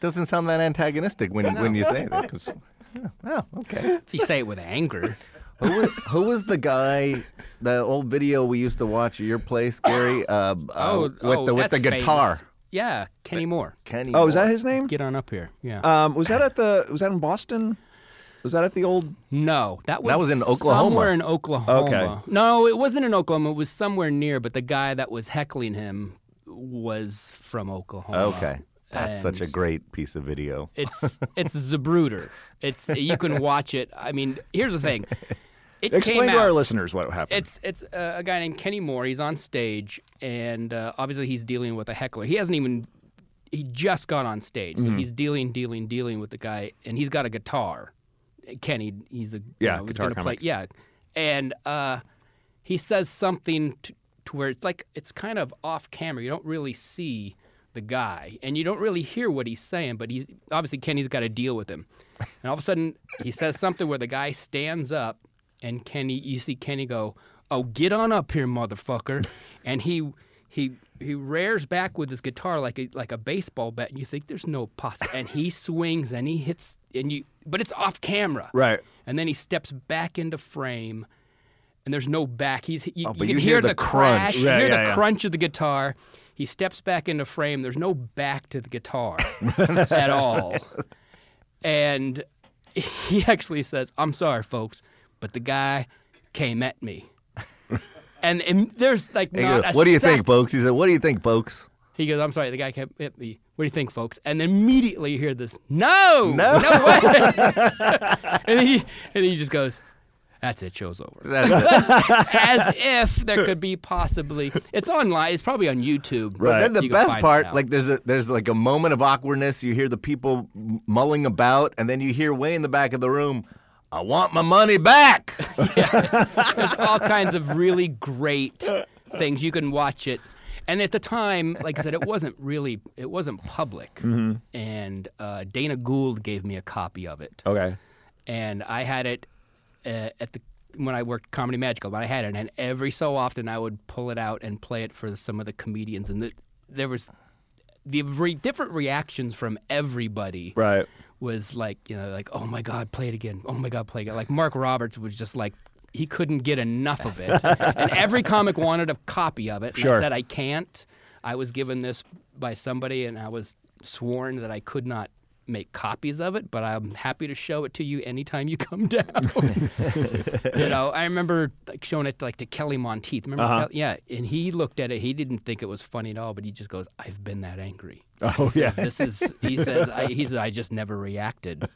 Speaker 5: Doesn't sound that antagonistic when when you say that. 'cause- yeah. Wow. Okay.
Speaker 4: If you say it with anger,
Speaker 5: who was, who was the guy? The old video we used to watch at your place, Gary. Uh,
Speaker 4: oh,
Speaker 5: uh, with
Speaker 4: oh,
Speaker 5: the with the
Speaker 4: that's famous.
Speaker 5: guitar.
Speaker 4: Yeah, Kenny Moore.
Speaker 5: Kenny.
Speaker 3: Oh, is that
Speaker 5: Moore.
Speaker 3: his name?
Speaker 4: Get on up here. Yeah.
Speaker 5: Uh,
Speaker 3: Um, was that at the, was that in Boston? Was that at the old
Speaker 4: no, that was
Speaker 5: was in Oklahoma.
Speaker 4: Somewhere in Oklahoma. No, it wasn't in Oklahoma. It was somewhere near. But the guy that was heckling him was from Oklahoma.
Speaker 5: Okay, that's such a
Speaker 4: Uh, And-
Speaker 5: great piece of video.
Speaker 4: It's it's Zabruder. It's you can watch it. I mean, here's the thing. It
Speaker 8: Explain
Speaker 4: came
Speaker 8: to our
Speaker 4: out-
Speaker 8: listeners what happened.
Speaker 4: It's it's uh, a guy named Kenny Moore. He's on stage, and uh, obviously he's dealing with a heckler. He hasn't even he just got on stage,
Speaker 8: Mm-hmm.
Speaker 4: so he's dealing, dealing, dealing with the guy, and he's got a guitar. Kenny, he's a you
Speaker 8: Yeah,
Speaker 4: know, he's
Speaker 8: guitar
Speaker 4: gonna play
Speaker 8: comic.
Speaker 4: yeah, and uh, he says something to, to where it's like it's kind of off camera. You don't really see the guy, and you don't really hear what he's saying. But he's obviously Kenny's got to deal with him, and all of a sudden he says something where the guy stands up, and Kenny, you see Kenny go, "Oh, get on up here, motherfucker," and he he. He rears back with his guitar like a like a baseball bat, and you think there's no possible. And he swings and he hits, and you, but it's off camera.
Speaker 8: right.
Speaker 4: And then he steps back into frame, and there's no back. He's you,
Speaker 5: Oh,
Speaker 4: you can
Speaker 5: but you hear
Speaker 4: hear,
Speaker 5: the crunch.
Speaker 4: crash,
Speaker 8: Yeah,
Speaker 4: you hear
Speaker 8: yeah,
Speaker 4: the
Speaker 8: yeah.
Speaker 4: crunch of the guitar. He steps back into frame. There's no back to the guitar at all. And he actually says, "I'm sorry, folks, but the guy came at me." And, and there's like
Speaker 5: He
Speaker 4: not
Speaker 5: goes,
Speaker 4: a
Speaker 5: what do you
Speaker 4: sec-
Speaker 5: think, folks? He said, "What do you think, folks?"
Speaker 4: He goes, "I'm sorry, the guy came at me." What do you think, folks? And immediately you hear this, "No,
Speaker 5: No.
Speaker 4: way!" and he and he just goes, "That's it, show's over."
Speaker 5: That's it.
Speaker 4: as if there could be possibly. It's online. It's probably on YouTube.
Speaker 5: But then the
Speaker 4: You can
Speaker 5: best
Speaker 4: find it
Speaker 5: part,
Speaker 4: out.
Speaker 5: like there's a there's like a moment of awkwardness. You hear the people m- mulling about, and then you hear way in the back of the room, "I want my money back."
Speaker 4: there's all kinds of really great things you can watch it. And at the time, like I said, it wasn't really it wasn't public.
Speaker 5: Mm-hmm.
Speaker 4: And uh, Dana Gould gave me a copy of it.
Speaker 3: Okay.
Speaker 4: and I had it uh, at the when I worked Comedy Magical, but I had it, and every so often I would pull it out and play it for some of the comedians, and the, there was the re- different reactions from everybody
Speaker 3: Right.
Speaker 4: was like, you know, like, oh my God, play it again. Oh my God, play it again. Like Mark Roberts was just like, he couldn't get enough of it. and every comic wanted a copy of it. And
Speaker 9: Sure.
Speaker 4: I said, I can't. I was given this by somebody and I was sworn that I could not make copies of it, but I'm happy to show it to you anytime you come down. you know, I remember like showing it like to Kelly Monteith. Remember? Kel- yeah, and he looked at it. He didn't think it was funny at all, but he just goes, "I've been that angry." Oh yeah. This is he says. I, he says I just never reacted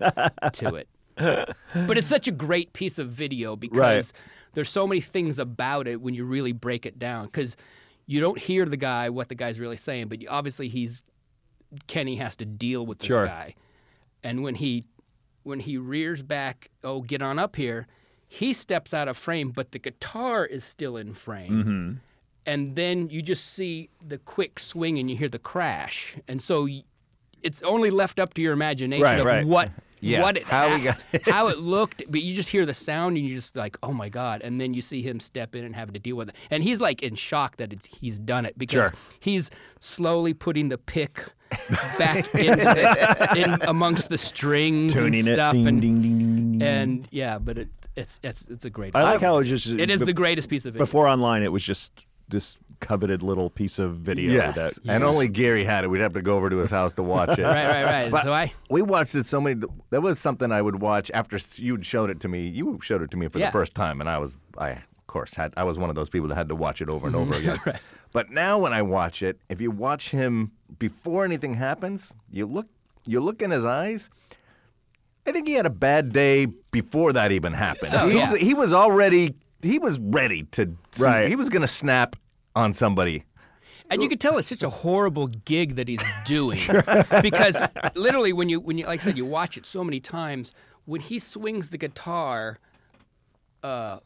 Speaker 4: to it. But it's such a great piece of video because there's so many things about it when you really break it down because you don't hear the guy what the guy's really saying, but you- obviously he's Kenny has to deal with this
Speaker 9: Sure.
Speaker 4: guy. And when he when he rears back, oh, get on up here, he steps out of frame, but the guitar is still in frame.
Speaker 9: Mm-hmm.
Speaker 4: And then you just see the quick swing and you hear the crash. And so y- it's only left up to your imagination
Speaker 9: Right,
Speaker 4: of
Speaker 9: right.
Speaker 4: what
Speaker 5: Yeah,
Speaker 4: what it,
Speaker 5: how
Speaker 4: how,
Speaker 5: he got-
Speaker 4: how it looked, but you just hear the sound and you're just like, oh my god! And then you see him step in and having to deal with it, and he's like in shock that it's, he's done it because he's slowly putting the pick back in, the, in amongst the strings
Speaker 3: Tuning
Speaker 4: and
Speaker 3: it.
Speaker 4: stuff,
Speaker 3: Ding,
Speaker 4: and
Speaker 3: ding, ding, ding, ding, ding.
Speaker 4: and yeah, but it, it's it's it's a great.
Speaker 3: I like how it was just.
Speaker 4: it is
Speaker 3: be-
Speaker 4: the greatest piece of it.
Speaker 3: Before online, it was just this coveted little piece of video. That,
Speaker 5: Yes. And only Gary had it. We'd have to go over to his house to watch it.
Speaker 4: Right, right, right.
Speaker 5: But
Speaker 4: so I
Speaker 5: we watched it so many. That was something I would watch after you'd showed it to me. You showed it to me for
Speaker 4: Yeah.
Speaker 5: the first time, and I was, I of course had, I was one of those people that had to watch it over and over again. But now when I watch it, if you watch him before anything happens, you look, you look in his eyes. I think he had a bad day before that even happened.
Speaker 4: Oh,
Speaker 5: he,
Speaker 4: yeah.
Speaker 5: was, he was already, he was ready to,
Speaker 3: Right.
Speaker 5: He was gonna snap on somebody.
Speaker 4: and you can tell it's such a horrible gig that he's doing because literally when you when you like I said you watch it so many times when he swings the guitar, uh,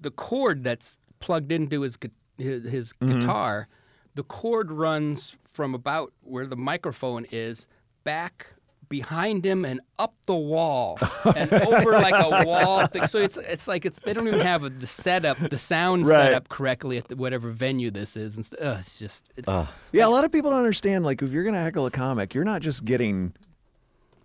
Speaker 4: the cord that's plugged into his gu- his, his guitar, the cord runs from about where the microphone is back behind him and up the wall and over like a wall thing. So it's it's like it's they don't even have the setup, the sound
Speaker 3: Right.
Speaker 4: setup correctly at the, whatever venue this is. And st- ugh, it's just it-
Speaker 3: Yeah, a lot of people don't understand. Like, if you're going to heckle a comic, you're not just getting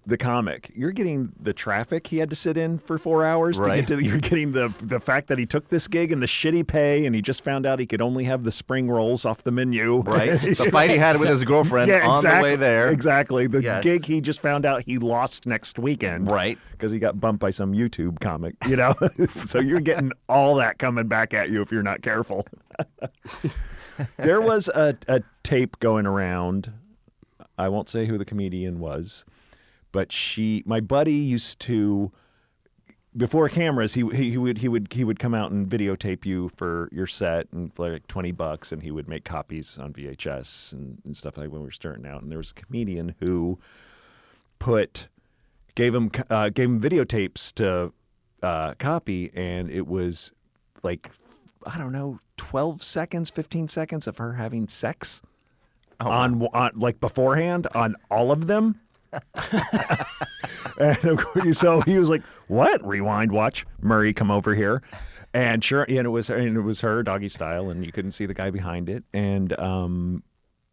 Speaker 3: the comic; you're getting the traffic he had to sit in for four hours. To
Speaker 5: Right.
Speaker 3: get to, the- you're getting the the fact that he took this gig and the shitty pay, and he just found out he could only have the spring rolls off the menu.
Speaker 5: Right, the fight he had with his girlfriend on the way there.
Speaker 3: Exactly. The
Speaker 5: Yes.
Speaker 3: gig he just found out he lost next weekend.
Speaker 5: Right.
Speaker 3: Because he got bumped by some YouTube comic, you know? so you're getting all that coming back at you if you're not careful. there was a, a tape going around. I won't say who the comedian was, but she, my buddy used to. Before cameras, he, he he would he would he would come out and videotape you for your set and for like twenty bucks, and he would make copies on VHS and, and stuff like when we were starting out. And there was a comedian who put gave him co- uh, gave him videotapes to uh, copy, and it was like I don't know, twelve seconds, fifteen seconds of her having sex on, on like beforehand on all of them. and of course, so he was like, "What? Rewind, watch Murray come over here," and sure, and it was and it was her doggy style, and you couldn't see the guy behind it, and um,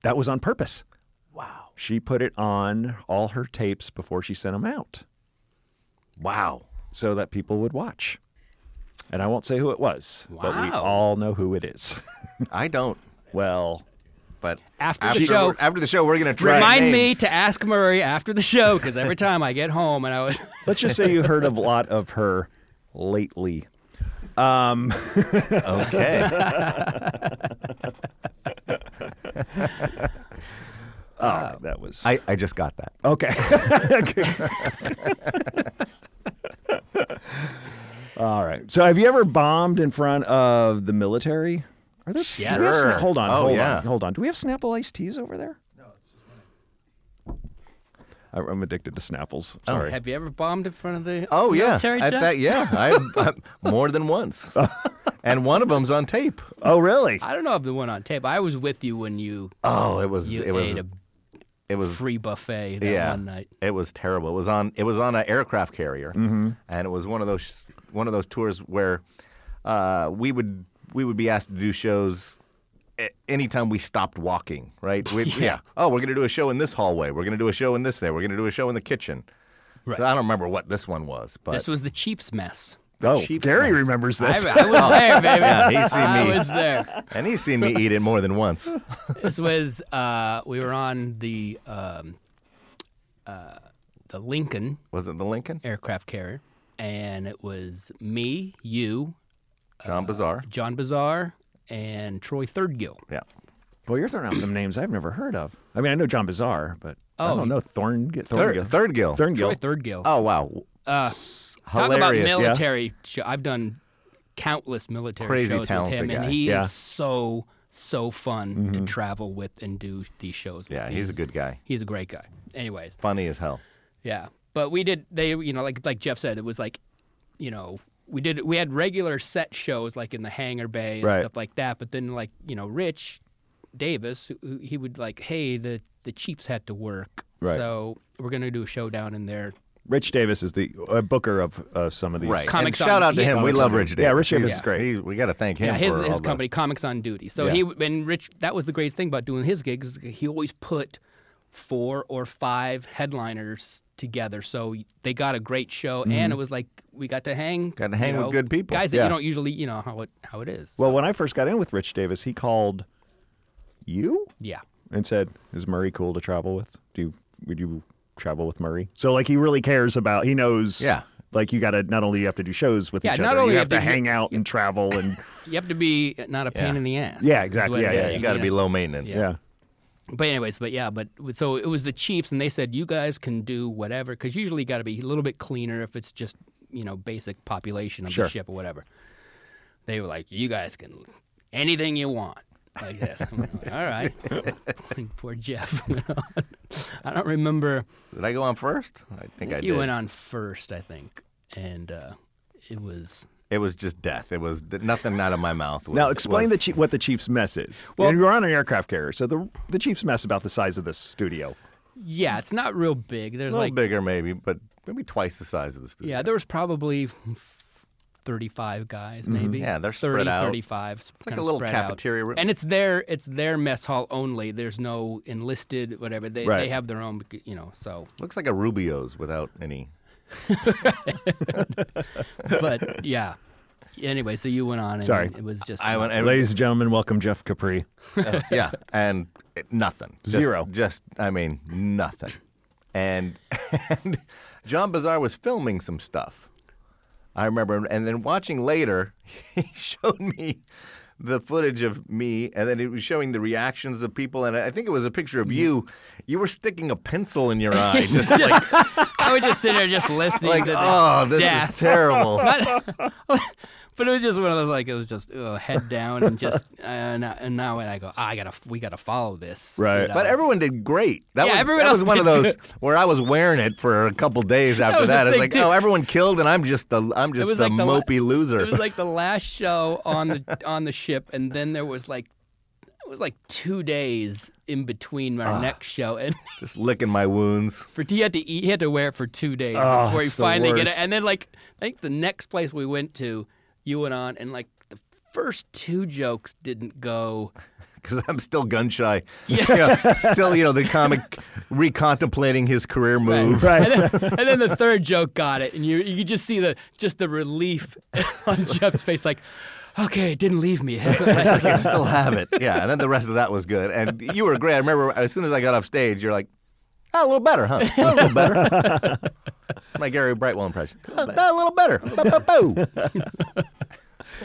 Speaker 3: that was on purpose. Wow. She put it on all her tapes before she sent them out,
Speaker 5: Wow.
Speaker 3: so that people would watch. And I won't say who it was, but we
Speaker 4: Wow.
Speaker 3: all know who it is.
Speaker 5: I don't.
Speaker 3: well,
Speaker 5: But
Speaker 4: After the show-
Speaker 5: after the show, we're gonna try.
Speaker 4: remind me
Speaker 5: names.
Speaker 4: to ask Murray after the show because every time I get home and I was.
Speaker 3: let's just say you heard a lot of her lately.
Speaker 5: Okay.
Speaker 3: Oh, that was
Speaker 5: I, I just got that.
Speaker 3: okay. all right. So, have you ever bombed in front of the military? Are there? do we have
Speaker 5: Sure.
Speaker 3: sna- Hold on.
Speaker 5: Oh,
Speaker 3: hold
Speaker 5: yeah.
Speaker 3: on. Hold on. Do we have Snapple iced teas over there? No, it's just. I'm addicted to Snapples. Sorry.
Speaker 4: Have you ever bombed in front of the
Speaker 5: Oh yeah.
Speaker 4: military,
Speaker 5: At
Speaker 4: Jeff?
Speaker 5: that, yeah. I, I more than once. and one of them's on tape.
Speaker 3: oh, really?
Speaker 4: I don't know if the one on tape. I was with you when you
Speaker 5: Oh, it was
Speaker 4: you
Speaker 5: it was
Speaker 4: ate a
Speaker 5: it was
Speaker 4: free buffet that
Speaker 5: yeah.
Speaker 4: one night.
Speaker 5: It was terrible. It was on it was on an aircraft carrier,
Speaker 4: Mm-hmm.
Speaker 5: and it was one of those one of those tours where uh, we would we would be asked to do shows a- anytime we stopped walking. Right? We, yeah. Oh, we're gonna do a show in this hallway. We're gonna do a show in this there. We're gonna do a show in the kitchen. So I don't remember what this one was, but
Speaker 4: This was the Chiefs mess.
Speaker 3: Oh,
Speaker 5: Chiefs
Speaker 3: Gary
Speaker 5: mess.
Speaker 3: remembers
Speaker 4: I,
Speaker 3: this.
Speaker 4: I was there, baby.
Speaker 5: Yeah, he seen
Speaker 4: I
Speaker 5: me.
Speaker 4: was there.
Speaker 5: and he's seen me eat it more than once.
Speaker 4: This was uh, we were on the um, uh, the Lincoln
Speaker 5: Was it the Lincoln?
Speaker 4: aircraft carrier, and it was me, you,
Speaker 5: John Bazaar.
Speaker 4: John Bazaar, and Troy Thirdgill.
Speaker 5: Yeah.
Speaker 3: Boy, you're throwing out some names I've never heard of. I mean, I know John Bizarre, but I
Speaker 4: Oh,
Speaker 3: don't
Speaker 4: he-
Speaker 3: know Thorn. Thorngill.
Speaker 5: Third, third gill.
Speaker 4: Troy
Speaker 3: Thorngill.
Speaker 4: Thirdgill.
Speaker 5: Oh wow.
Speaker 4: Uh, Talk about
Speaker 5: Hilarious.
Speaker 4: military. Show. I've done countless military
Speaker 5: Crazy
Speaker 4: shows with
Speaker 5: talented
Speaker 4: him,
Speaker 5: guy. Mm-hmm.
Speaker 4: and he
Speaker 3: Yeah.
Speaker 4: is so so fun to travel with and do these shows. with.
Speaker 5: Yeah, he's a good guy.
Speaker 4: He's a great guy. Anyways,
Speaker 5: Funny as hell.
Speaker 4: yeah, but we did. They, you know, like like Jeff said, it was like, you know, we did. We had regular set shows like in the hangar bay and
Speaker 5: Right.
Speaker 4: stuff like that. But then like you know, Rich Davis, who- who- he would like, hey, the the Chiefs had to work,
Speaker 5: Right.
Speaker 4: so we're gonna do a show down in there.
Speaker 3: Rich Davis is the uh, booker of uh, some of these.
Speaker 5: Right.
Speaker 4: Comics
Speaker 5: and shout
Speaker 4: on-
Speaker 5: out to
Speaker 4: yeah.
Speaker 5: him. We love Rich Davis.
Speaker 3: Yeah, Rich Davis
Speaker 5: He's-
Speaker 3: is great.
Speaker 5: he- we got to thank him.
Speaker 4: Yeah, his
Speaker 5: for all
Speaker 4: his
Speaker 5: the-
Speaker 4: company, Comics on Duty. So he and Rich, that was the great thing about doing his gigs. He always put four or five headliners together, so they got a great show, and it was like we got to hang,
Speaker 5: Mm-hmm. Got to
Speaker 4: you
Speaker 5: hang with
Speaker 4: know,
Speaker 5: good people.
Speaker 4: guys that
Speaker 5: Yeah.
Speaker 4: you don't usually, you know how it how it is.
Speaker 3: Well, when I first got in with Rich Davis, he called you
Speaker 4: yeah,
Speaker 3: and said, "Is Murray cool to travel with? Do you, would you travel with Murray?" So like he really cares about. He knows.
Speaker 5: Yeah.
Speaker 3: Like you got to not only you have to do shows with
Speaker 4: Yeah,
Speaker 3: each
Speaker 4: not
Speaker 3: other,
Speaker 4: only
Speaker 3: you
Speaker 4: have
Speaker 3: have to
Speaker 4: to-
Speaker 3: hang out and travel and
Speaker 4: you have to be not a pain
Speaker 5: Yeah.
Speaker 4: in the ass.
Speaker 3: Yeah,
Speaker 4: is
Speaker 3: exactly.
Speaker 4: what it
Speaker 3: Yeah,
Speaker 4: is,
Speaker 3: yeah,
Speaker 5: You got to
Speaker 4: know?
Speaker 5: be low maintenance.
Speaker 3: yeah.
Speaker 4: But anyways, but yeah, but so it was the Chiefs, and they said you guys can do whatever because usually you got to be a little bit cleaner if it's just you know basic population of
Speaker 3: Sure.
Speaker 4: the ship or whatever. They were like, you guys can anything you want like this. I'm like, All right, poor Jeff. went on. I don't remember.
Speaker 5: Did I go on first? I think I
Speaker 4: you
Speaker 5: did.
Speaker 4: went on first, I think, and uh, it was
Speaker 5: It was just death. It was th- nothing out of my mouth. Was,
Speaker 3: Now explain
Speaker 5: was-
Speaker 3: the chi- what the Chiefs' mess is. Well, you're on an aircraft carrier, so the the Chiefs' mess about the size of this studio.
Speaker 4: yeah, it's not real big.
Speaker 5: A
Speaker 4: There's
Speaker 5: little
Speaker 4: like
Speaker 5: bigger, maybe, but maybe twice the size of the studio.
Speaker 4: yeah, there was probably. f- 35 guys maybe
Speaker 5: Mm-hmm. Yeah, they're
Speaker 4: 30,
Speaker 5: spread out.
Speaker 4: 35. It's
Speaker 5: like a little cafeteria room.
Speaker 4: And it's their it's their mess hall only. There's no enlisted whatever. They
Speaker 3: Right.
Speaker 4: they have their own, you know. So,
Speaker 5: Looks like a Rubio's without any.
Speaker 4: but yeah. Anyway, so you went on. And
Speaker 3: Sorry.
Speaker 4: it was just
Speaker 5: I went. and-
Speaker 3: Ladies and gentlemen, welcome Jeff Capri.
Speaker 5: Uh, yeah, and it- nothing. Just-
Speaker 3: Zero.
Speaker 5: Just, I mean, nothing. And, and John Bazaar was filming some stuff. I remember, and then watching later, he showed me the footage of me, and then he was showing the reactions of people, and I think it was a picture of you. You were sticking a pencil in your eye, just like,
Speaker 4: I was just sitting there just listening
Speaker 5: like
Speaker 4: to the
Speaker 5: oh, this
Speaker 4: death.
Speaker 5: is terrible.
Speaker 4: But it was just one of those like it was just uh, head down and just uh, and, I- and now when I go, "Ah, I gotta we gotta follow this. you
Speaker 3: Right.
Speaker 4: know?
Speaker 5: But everyone did great. That
Speaker 4: Yeah,
Speaker 5: was,
Speaker 4: everyone
Speaker 5: that was
Speaker 4: else
Speaker 5: one of
Speaker 4: did
Speaker 5: those where I was wearing it for a couple days after
Speaker 4: was the
Speaker 5: that. It's
Speaker 4: thing,
Speaker 5: like,
Speaker 4: too.
Speaker 5: oh, everyone killed, and I'm just the I'm just
Speaker 4: was
Speaker 5: the
Speaker 4: like the la-
Speaker 5: mopey loser.
Speaker 4: It was like the last show on the on the ship, and then there was like it was like two days in between
Speaker 5: Ah.
Speaker 4: our next show, and
Speaker 5: just licking my wounds.
Speaker 4: for he had to eat, he had to wear it for two days
Speaker 5: Ah,
Speaker 3: Oh,
Speaker 4: before he
Speaker 3: it's the
Speaker 4: finally get
Speaker 3: worst.
Speaker 4: it. And then like I think the next place we went to, you went on, and like the first two jokes didn't go.
Speaker 5: Because I'm still gun shy. Yeah. still, you know, the comic recontemplating his career move.
Speaker 3: Right.
Speaker 4: And then, and then the third joke got it, and you you could just see the just the relief on Jeff's face, like, okay, it didn't leave me. It's like-
Speaker 5: I still have it. Yeah. And then the rest of that was good. And you were great. I remember as soon as I got off stage, you're like, "Ah, a little better, huh? Ah, A little better. It's my Gary Brightwell impression. Ah, ah, a little better. Ba-ba-boo.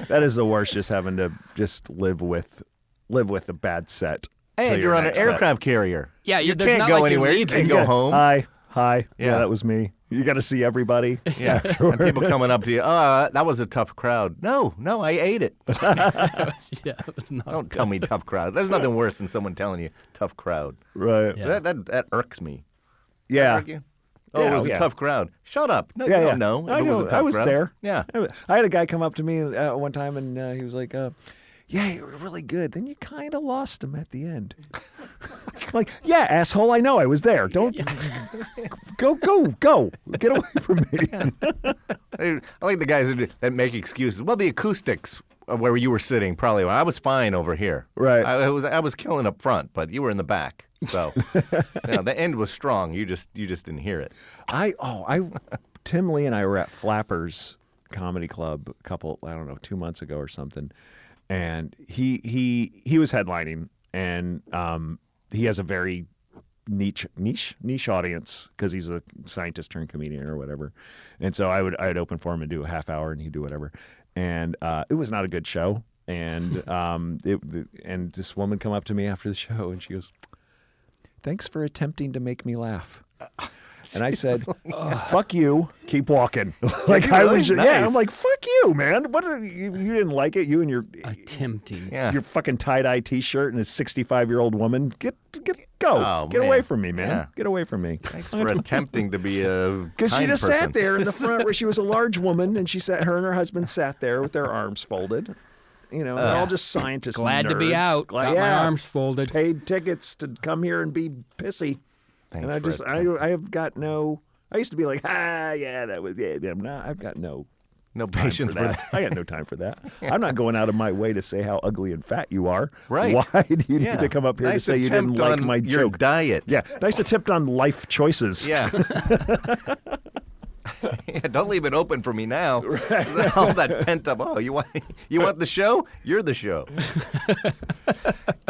Speaker 3: That is the worst. Just having to just live with live with a bad set. till
Speaker 5: And you're
Speaker 3: your
Speaker 5: on an
Speaker 3: next set.
Speaker 5: aircraft carrier.
Speaker 4: Yeah,
Speaker 5: you
Speaker 4: you- there's
Speaker 5: can't
Speaker 4: not
Speaker 5: go
Speaker 4: like you're
Speaker 5: anywhere. You
Speaker 4: leaving.
Speaker 5: can't go
Speaker 3: Yeah.
Speaker 5: Oh, home.
Speaker 3: Hi, hi. Yeah,
Speaker 5: Yeah.
Speaker 3: that was me. You got to see everybody.
Speaker 5: yeah, and people coming up to you. Uh, that was a tough crowd. No, no, I ate it.
Speaker 4: yeah, it was not.
Speaker 5: Don't tell me tough crowd. There's nothing worse than someone telling you tough crowd.
Speaker 3: Right.
Speaker 4: Yeah.
Speaker 5: That, that that irks me.
Speaker 3: Yeah.
Speaker 5: Irk you? Oh, it
Speaker 3: Yeah,
Speaker 5: was
Speaker 3: yeah.
Speaker 5: a tough crowd. Shut up. No,
Speaker 3: yeah,
Speaker 5: you
Speaker 3: yeah.
Speaker 5: don't know. if
Speaker 3: I
Speaker 5: it was a
Speaker 3: know.
Speaker 5: tough
Speaker 3: I was
Speaker 5: crowd.
Speaker 3: there.
Speaker 5: Yeah.
Speaker 3: I, was- I had a guy come up to me uh, one time, and uh, he was like, uh, "Yeah, you were really good. Then you kind of lost him at the end." like, yeah, asshole. I know. I was there. Don't go, go, go. Get away from me.
Speaker 5: I I like the guys that, that make excuses. Well, the acoustics where you were sitting. Probably I was fine over here.
Speaker 3: Right.
Speaker 5: I, I was I was killing up front, but you were in the back. So you know, the end was strong. You just you just didn't hear it.
Speaker 3: I oh I Tim Lee and I were at Flappers Comedy Club a couple I don't know two months ago or something, and he he he was headlining and um, he has a very niche niche niche audience because he's a scientist turned comedian or whatever, and so I would I'd open for him and do a half hour and he'd do whatever, and uh, it was not a good show and um it and this woman come up to me after the show and she goes thanks for attempting to make me laugh. And I said, "Fuck you, keep walking." like I was,
Speaker 5: really?
Speaker 3: yeah. I'm
Speaker 5: Nice.
Speaker 3: like, "Fuck you, man! What are, you, you didn't like it? You and your
Speaker 4: Attempting.
Speaker 5: Yeah.
Speaker 3: your fucking tie dye T-shirt and a 65 year old woman. Get get go.
Speaker 5: Oh,
Speaker 3: get
Speaker 5: man.
Speaker 3: away from me, man.
Speaker 5: Yeah.
Speaker 3: Get away from me."
Speaker 5: Thanks for attempting to be a
Speaker 3: Because she
Speaker 5: kind
Speaker 3: just
Speaker 5: person.
Speaker 3: sat there in the front where she was a large woman, and she sat. Her and her husband sat there with their arms folded. You know, they're all just scientists.
Speaker 4: Glad to be
Speaker 3: nerds.
Speaker 4: out.
Speaker 3: Glad-
Speaker 4: Got
Speaker 3: yeah.
Speaker 4: my arms folded.
Speaker 3: Paid tickets to come here and be pissy.
Speaker 5: Thanks
Speaker 3: and I
Speaker 5: for
Speaker 3: just I,
Speaker 5: attempting.
Speaker 3: I have got no. I used to be like, ah, yeah, that was yeah. I'm not. I've got no
Speaker 5: no
Speaker 3: time
Speaker 5: patience
Speaker 3: for that. I got no time for that. I'm not going out of my way to say how ugly and fat you are.
Speaker 5: Right.
Speaker 3: Why do you
Speaker 5: Yeah.
Speaker 3: need to come up here
Speaker 5: Nice
Speaker 3: to say you didn't
Speaker 5: attempt
Speaker 3: like
Speaker 5: on
Speaker 3: my
Speaker 5: your
Speaker 3: joke?
Speaker 5: diet.
Speaker 3: yeah. Nice attempt on life choices.
Speaker 5: Yeah. yeah, don't leave it open for me now. All that pent up. Oh, you want you want the show? You're the show.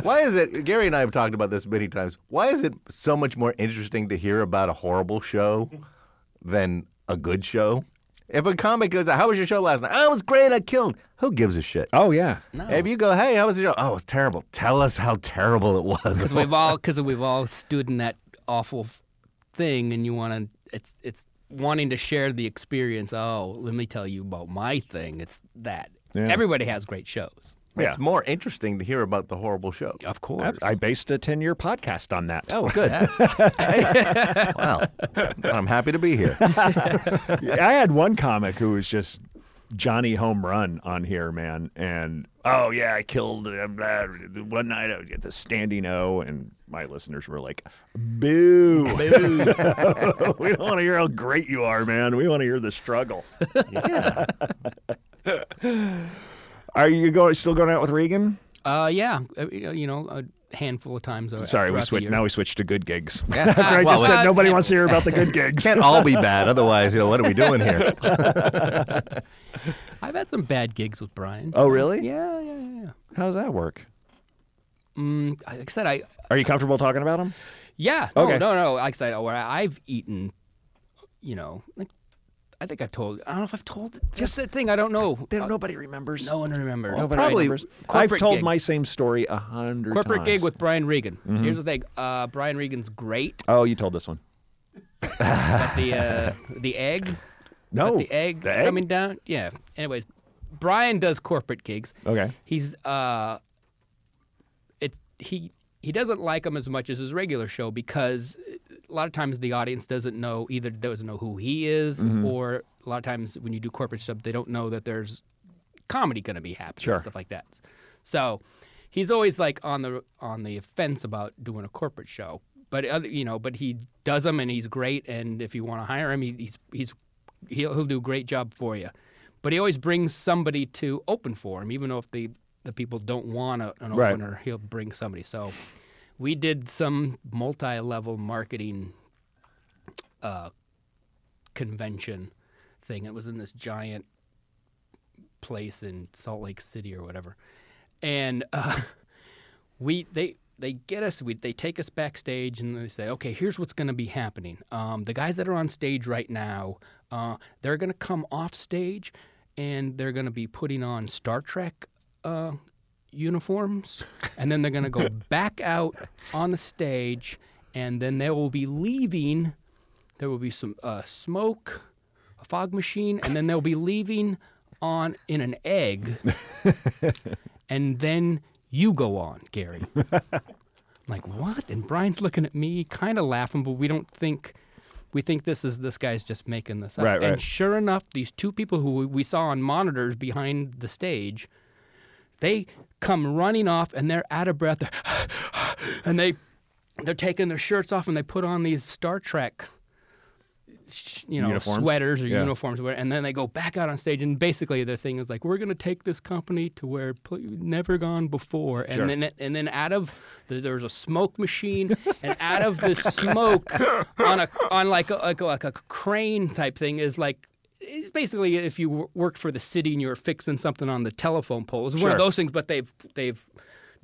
Speaker 5: why is it? Gary and I have talked about this many times. Why is it so much more interesting to hear about a horrible show than a good show? If a comic goes, "How was your show last night?" "Oh, it was great. I killed." Who gives a shit?
Speaker 3: Oh yeah.
Speaker 5: If you go, "Hey, how was the show?" "Oh, it was terrible." Tell us how terrible it was.
Speaker 4: Because we've all because we've all stood in that awful f- thing, and you want to. It's it's wanting to share the experience. Oh, let me tell you about my thing. It's that
Speaker 3: Yeah.
Speaker 4: everybody has great shows,
Speaker 3: Yeah.
Speaker 5: It's more interesting to hear about the horrible show.
Speaker 4: of course.
Speaker 3: I, I based a 10 year podcast on that.
Speaker 5: Oh, good. Hey, wow. I'm happy to be here.
Speaker 3: I had one comic who was just Johnny home run on here, man. And oh yeah, I killed uh, blah, one night. I would get the standing O, and my listeners were like, "Boo! Boo! we don't want to hear how great you are, man. We want to hear the struggle." Are you going still going out with Regan?
Speaker 4: Uh, yeah, uh, you know, a handful of times. uh,
Speaker 3: Sorry, we
Speaker 4: throughout the
Speaker 3: switched.
Speaker 4: year.
Speaker 3: Now we switched to good gigs.
Speaker 5: Yeah.
Speaker 3: After I
Speaker 5: Well,
Speaker 3: just said
Speaker 4: uh,
Speaker 3: nobody
Speaker 4: yeah.
Speaker 3: wants to hear about the good gigs.
Speaker 5: Can't all be bad. Otherwise, you know, what are we doing here?
Speaker 4: I've had some bad gigs with Brian.
Speaker 3: Oh, really?
Speaker 4: Yeah, yeah, yeah. yeah.
Speaker 3: How does that work?
Speaker 4: Mm, like I said, I
Speaker 3: Are you comfortable talking about them?
Speaker 4: yeah. No,
Speaker 3: Okay.
Speaker 4: no, no. Like I said, where I- I've eaten, you know, like I think I told. I don't know if I've told. Just that thing. I don't know.
Speaker 3: nobody remembers.
Speaker 4: No one remembers.
Speaker 3: Nobody
Speaker 5: Probably
Speaker 3: remembers. I've
Speaker 4: corporate
Speaker 3: told
Speaker 4: gig.
Speaker 3: my same story a hundred
Speaker 4: corporate
Speaker 3: times.
Speaker 4: gig with Brian Regan. Here's the thing. Uh, Brian Regan's great,
Speaker 3: Oh, you told this one.
Speaker 4: but the uh, the egg,
Speaker 3: No.
Speaker 4: the egg
Speaker 3: The egg?
Speaker 4: coming down. Yeah. Anyways, Brian does corporate gigs.
Speaker 3: Okay.
Speaker 4: He's uh, it's he he doesn't like them as much as his regular show because a lot of times the audience doesn't know either doesn't know who he is
Speaker 3: Mm-hmm.
Speaker 4: or a lot of times when you do corporate stuff they don't know that there's comedy going to be happening
Speaker 3: Sure.
Speaker 4: and stuff like that. So he's always like on the on the fence about doing a corporate show, but other, you know, but he does them and he's great. And if you want to hire him, he, he's he's he'll, he'll do a great job for you. But he always brings somebody to open for him, even though if the the people don't want a, an
Speaker 3: Right.
Speaker 4: opener, he'll bring somebody. So we did some multi-level marketing uh, convention thing. It was in this giant place in Salt Lake City or whatever, and uh, we they they get us. We they take us backstage and they say, "Okay, here's what's going to be happening. Um, the guys that are on stage right now, uh, they're going to come off stage, and they're going to be putting on Star Trek." Uh, uniforms and then they're going to go back out on the stage and then they will be leaving there will be some uh, smoke, a fog machine, and then they'll be leaving on in an egg, and then you go on, Gary. I'm like what? And Brian's looking at me, kind of laughing, but we don't think. We think this is this guy's just making this up.
Speaker 3: Right, right.
Speaker 4: And sure enough, these two people who we- we saw on monitors behind the stage, they come running off and they're out of breath, and they they're taking their shirts off and they put on these Star Trek sh- you know
Speaker 8: Uniforms?
Speaker 4: sweaters or
Speaker 8: Yeah.
Speaker 4: uniforms, or whatever, and then they go back out on stage, and basically the thing is like we're going to take this company to where pl- never gone before, and then and then out of the, there's a smoke machine, and out of the smoke on a on like a, like a, like a crane type thing is like. It's basically if you w- worked for the city and you were fixing something on the telephone pole. It's one of those things, but they've they've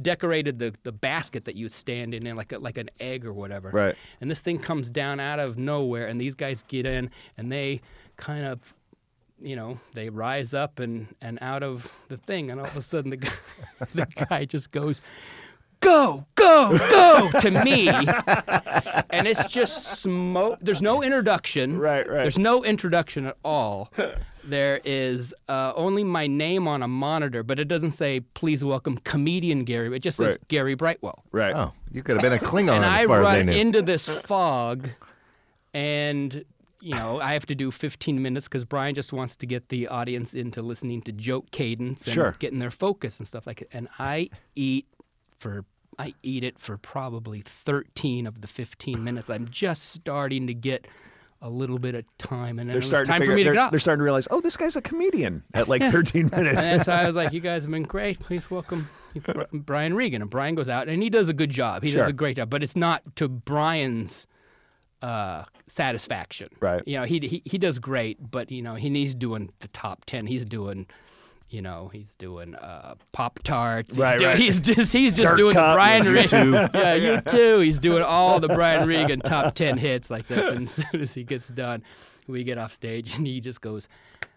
Speaker 4: decorated the, the basket that you stand in, in like a, like an egg or whatever.
Speaker 5: Right.
Speaker 4: And this thing comes down out of nowhere, and these guys get in, and they kind of, you know, they rise up and and out of the thing, and all of a sudden the guy, the guy just goes. Go, go, go to me. and it's just smoke. There's no introduction.
Speaker 8: Right, right.
Speaker 4: There's no introduction at all. There is uh, only my name on a monitor, but it doesn't say, please welcome comedian Gary. It just says
Speaker 8: Right.
Speaker 4: Gary Brightwell.
Speaker 8: Right.
Speaker 5: Oh, you could have been a Klingon
Speaker 4: and
Speaker 5: as
Speaker 4: I
Speaker 5: far as they
Speaker 4: run
Speaker 5: knew.
Speaker 4: into this fog, and you know I have to do 15 minutes because Brian just wants to get the audience into listening to joke cadence and
Speaker 8: Sure.
Speaker 4: getting their focus and stuff like that. And I eat for I eat it for probably 13 of the 15 minutes. I'm just starting to get a little bit of time, and then
Speaker 8: They're
Speaker 4: it was
Speaker 8: starting
Speaker 4: time
Speaker 8: to
Speaker 4: for
Speaker 8: figure-
Speaker 4: me to
Speaker 8: they're,
Speaker 4: get up.
Speaker 8: they're starting to realize, oh, this guy's a comedian at like 13 minutes.
Speaker 4: And so I was like, "You guys have been great. Please welcome Br- Brian Regan." And Brian goes out, and he does a good job. He
Speaker 8: Sure.
Speaker 4: does a great job, but it's not to Brian's uh, satisfaction.
Speaker 8: Right.
Speaker 4: You know, he, he he does great, but you know, he he's doing the top ten. He's doing. You know, he's doing uh, Pop Tarts. He's,
Speaker 8: Right,
Speaker 4: doing-
Speaker 8: right.
Speaker 4: he's just he's just
Speaker 8: Dirt
Speaker 4: doing the
Speaker 8: Cup,
Speaker 4: Brian Regan. yeah, you too. He's doing all the Brian Regan top ten hits like this. And as soon as he gets done, we get off stage and he just goes,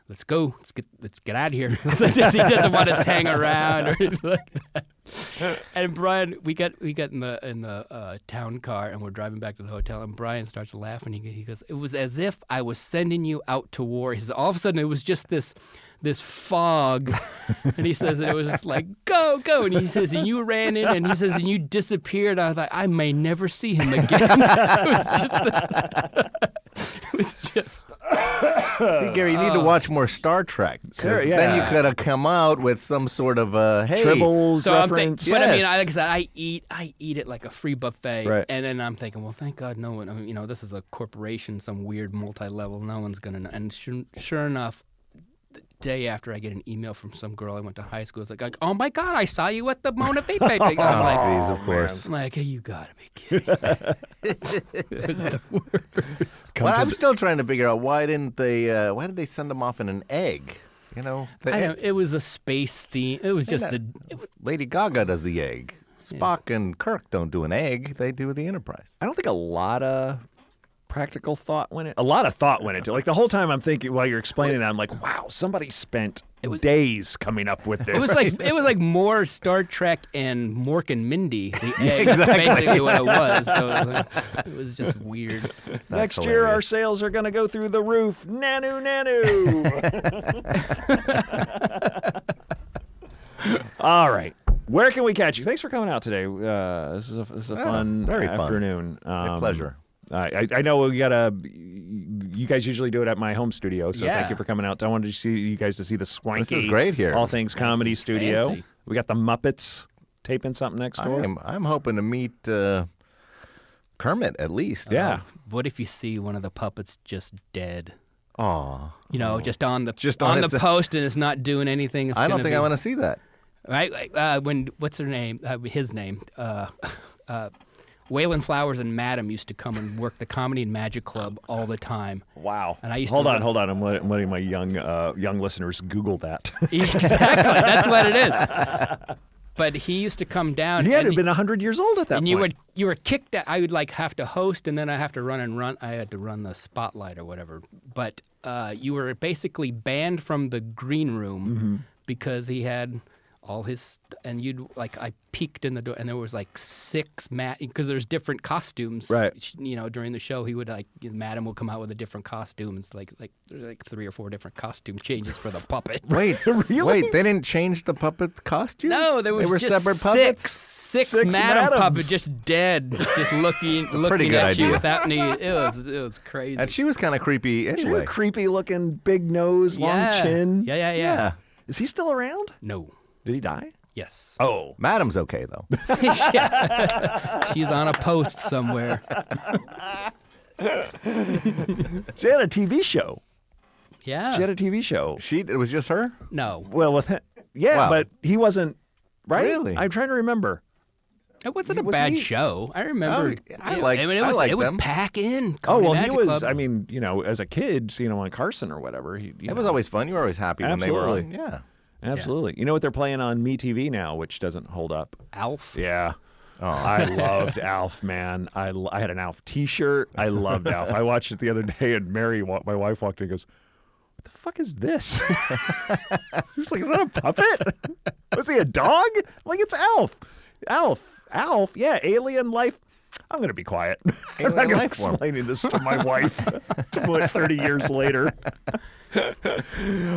Speaker 4: "Let's go. Let's get let's get out of here." It's like this, he doesn't want us to hang around or anything like that. And Brian, we got we got in the in the uh, town car and we're driving back to the hotel. And Brian starts laughing. He, he goes, "It was as if I was sending you out to war." He says, "All of a sudden, it was just this." This fog, and he says that it was just like go go, and he says and you ran in, and he says and you disappeared. I was like, I may never see him again. it was just this, it was just
Speaker 5: See, Gary, you need to watch more Star Trek. 'cause
Speaker 8: Sure,
Speaker 5: Then you
Speaker 8: yeah.
Speaker 5: could have come out with some sort of a hey.
Speaker 8: Tribbles
Speaker 4: so I'm thinking,
Speaker 8: reference.
Speaker 4: but I mean,
Speaker 5: Yes.
Speaker 4: I- like I said, I eat, I eat it like a free buffet,
Speaker 8: Right.
Speaker 4: and then I'm thinking, well, thank God, no one, I mean, you know, this is a corporation, some weird multi-level, no one's gonna know. And sure, sure enough, the day after, I get an email from some girl I went to high school. It's like, like, oh my God, I saw you at the Mona Fee thing. I'm
Speaker 5: Oh,
Speaker 4: like,
Speaker 5: geez, of course.
Speaker 4: I'm like, you gotta be kidding. It's the worst.
Speaker 5: Well, I'm still trying to figure out why didn't they? Uh, why did they send them off in an egg? You know, the
Speaker 4: I
Speaker 5: egg-
Speaker 4: know, it was a space theme. It was just the. It was,
Speaker 5: Lady Gaga does the egg. Spock and Kirk don't do an egg; they do the Enterprise.
Speaker 8: I don't think a lot of practical thought went in. A lot of thought went into it. Like the whole time I'm thinking while you're explaining that, I'm like, wow, somebody spent days coming up with this.
Speaker 4: it was like it was like more Star Trek and Mork and Mindy. The egg is basically what it was. So it was, like- it was just weird.
Speaker 8: next
Speaker 5: That's
Speaker 8: year our
Speaker 5: hilarious.
Speaker 8: sales are going to go through the roof. Nanu, nanu. All right. Where can we catch you? Thanks for coming out today. Uh, this is a, this is a fun
Speaker 5: very fun.
Speaker 8: afternoon. Um,
Speaker 5: pleasure.
Speaker 8: I, I I know we gotta. You guys usually do it at my home studio, so
Speaker 4: Yeah.
Speaker 8: thank you for coming out. I wanted to see you guys to see the swanky.
Speaker 5: is great here.
Speaker 8: All things comedy
Speaker 4: and
Speaker 8: studio.
Speaker 4: fancy.
Speaker 8: We got the Muppets taping something next door.
Speaker 5: I'm, I'm hoping to meet uh, Kermit at least.
Speaker 8: yeah.
Speaker 4: What if you see one of the puppets just dead?
Speaker 5: Aw.
Speaker 4: You know, just on the
Speaker 5: Just on
Speaker 4: on,
Speaker 5: its-
Speaker 4: the post and it's not doing anything. It's
Speaker 5: I don't
Speaker 4: gonna
Speaker 5: think
Speaker 4: be,
Speaker 5: I want to see that.
Speaker 4: Right? Uh, when what's her name? Uh, his name. Uh, uh, Waylon Flowers and Madam used to come and work the Comedy and Magic Club all the time.
Speaker 8: Wow.
Speaker 4: And I used to
Speaker 8: hold on,
Speaker 4: love-
Speaker 8: hold on. I'm letting, I'm letting my young uh, young listeners Google that.
Speaker 4: exactly. That's what it is. But he used to come down.
Speaker 8: he had
Speaker 4: and
Speaker 8: been hundred years old at that
Speaker 4: and
Speaker 8: point.
Speaker 4: you would you were kicked out. I would like have to host, and then I have to run and run. I had to run the spotlight or whatever. But uh, you were basically banned from the green room
Speaker 8: Mm-hmm.
Speaker 4: because he had all his st- and you'd like I peeked in the door, and there was like six mat because there's different costumes.
Speaker 8: Right.
Speaker 4: sh- You know, during the show, he would like Madam will come out with a different costume. It's like like there's like three or four different costume changes for the puppet.
Speaker 5: Wait, Wait, they didn't change the puppet costume?
Speaker 4: No, there was
Speaker 5: they were
Speaker 4: just
Speaker 5: separate
Speaker 4: six,
Speaker 5: puppets.
Speaker 4: six,
Speaker 8: Six
Speaker 4: madam
Speaker 8: madams.
Speaker 4: puppets just dead, just looking,
Speaker 5: pretty
Speaker 4: looking
Speaker 5: good
Speaker 4: at
Speaker 5: idea.
Speaker 4: you without any. It was, it was crazy.
Speaker 5: And she was kind of creepy anyway.
Speaker 8: creepy looking, big nose,
Speaker 4: yeah.
Speaker 8: long chin.
Speaker 4: Yeah, yeah, yeah,
Speaker 5: yeah.
Speaker 8: Is he still around?
Speaker 4: No.
Speaker 8: Did he die?
Speaker 4: Yes.
Speaker 8: Oh,
Speaker 5: Madam's okay though.
Speaker 4: She's on a post somewhere.
Speaker 3: She had a TV show.
Speaker 4: Yeah.
Speaker 3: She had a TV show.
Speaker 5: She? It was just her.
Speaker 4: no.
Speaker 3: Well, with yeah,
Speaker 5: Wow.
Speaker 3: but he wasn't right.
Speaker 5: Really?
Speaker 3: I'm trying to remember.
Speaker 4: It wasn't a
Speaker 5: Was
Speaker 4: bad
Speaker 5: he-
Speaker 4: show. I remember.
Speaker 5: Oh, I
Speaker 4: it-
Speaker 5: like-
Speaker 4: I mean, it
Speaker 5: I
Speaker 4: was.
Speaker 5: like
Speaker 4: it would
Speaker 5: them.
Speaker 4: pack
Speaker 3: Oh
Speaker 4: in. Comedy
Speaker 3: well, he
Speaker 4: Magic
Speaker 3: was.
Speaker 4: Club.
Speaker 3: I mean, you know, as a kid, seeing him on Carson or whatever. He, you
Speaker 5: It was
Speaker 3: know,
Speaker 5: always fun. You were always happy when
Speaker 3: Absolutely.
Speaker 5: they were on. Yeah.
Speaker 3: absolutely. You know what they're playing on MeTV now, which doesn't hold up.
Speaker 4: Alf.
Speaker 3: Yeah. I loved Alf, man. I, l- I had an Alf T-shirt. I loved Alf. I watched it the other day, and Mary, wa- my wife, walked in and goes, "What the fuck is this?" She's like, "Is that a puppet? Was he a dog?" I'm like, "It's Alf, Alf, Alf. Yeah, alien life." I'm gonna be quiet. I'm not
Speaker 5: Alien
Speaker 3: gonna
Speaker 5: life form.
Speaker 3: explaining this to my wife. 20, Thirty years later.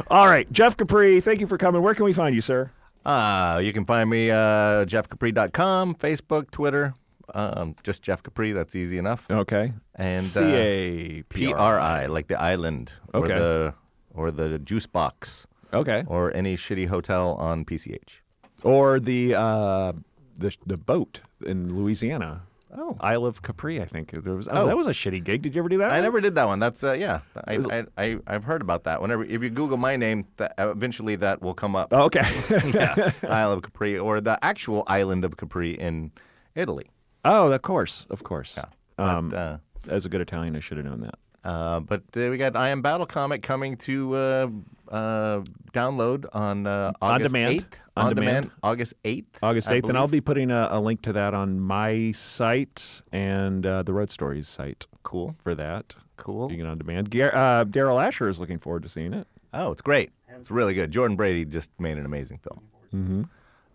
Speaker 3: All right, Jeff Capri, thank you for coming. Where can we find you, sir?
Speaker 5: Uh, you can find me uh, jeffcapri.com, Facebook, Twitter. Um, just Jeff Capri. That's easy enough.
Speaker 3: Okay.
Speaker 5: And uh,
Speaker 3: C A P
Speaker 5: P
Speaker 3: R.
Speaker 5: R I, like the island, or
Speaker 3: Okay.
Speaker 5: the or the juice box,
Speaker 3: Okay.
Speaker 5: or any shitty hotel on PCH.
Speaker 3: or the uh, the the boat in Louisiana.
Speaker 5: Oh.
Speaker 3: Isle of Capri, I think there was. Oh, that was a shitty gig. Did you ever do that?
Speaker 5: I
Speaker 3: one?
Speaker 5: never did that one. That's uh, yeah. I, I, I I've heard about that. Whenever if you Google my name, that, eventually that will come up.
Speaker 3: Oh, okay.
Speaker 5: yeah, Isle of Capri or the actual island of Capri in Italy.
Speaker 3: oh, of course, of course. Um,
Speaker 5: Uh,
Speaker 3: as a good Italian, I should have known that.
Speaker 5: Uh, but uh, we got I Am Battle Comic coming to uh, uh, download on uh, August
Speaker 3: demand.
Speaker 5: 8th.
Speaker 3: On demand.
Speaker 5: August 8th.
Speaker 3: August
Speaker 5: I
Speaker 3: eighth, and I'll
Speaker 5: believe.
Speaker 3: be putting a, a link to that on my site and uh, the Road Stories site
Speaker 5: Cool.
Speaker 3: for that.
Speaker 5: Cool.
Speaker 3: You can on demand. Gar- uh, Daryl Asher is looking forward to seeing it.
Speaker 5: Oh, it's great. It's really good. Jordan Brady just made an amazing film. Mm-hmm.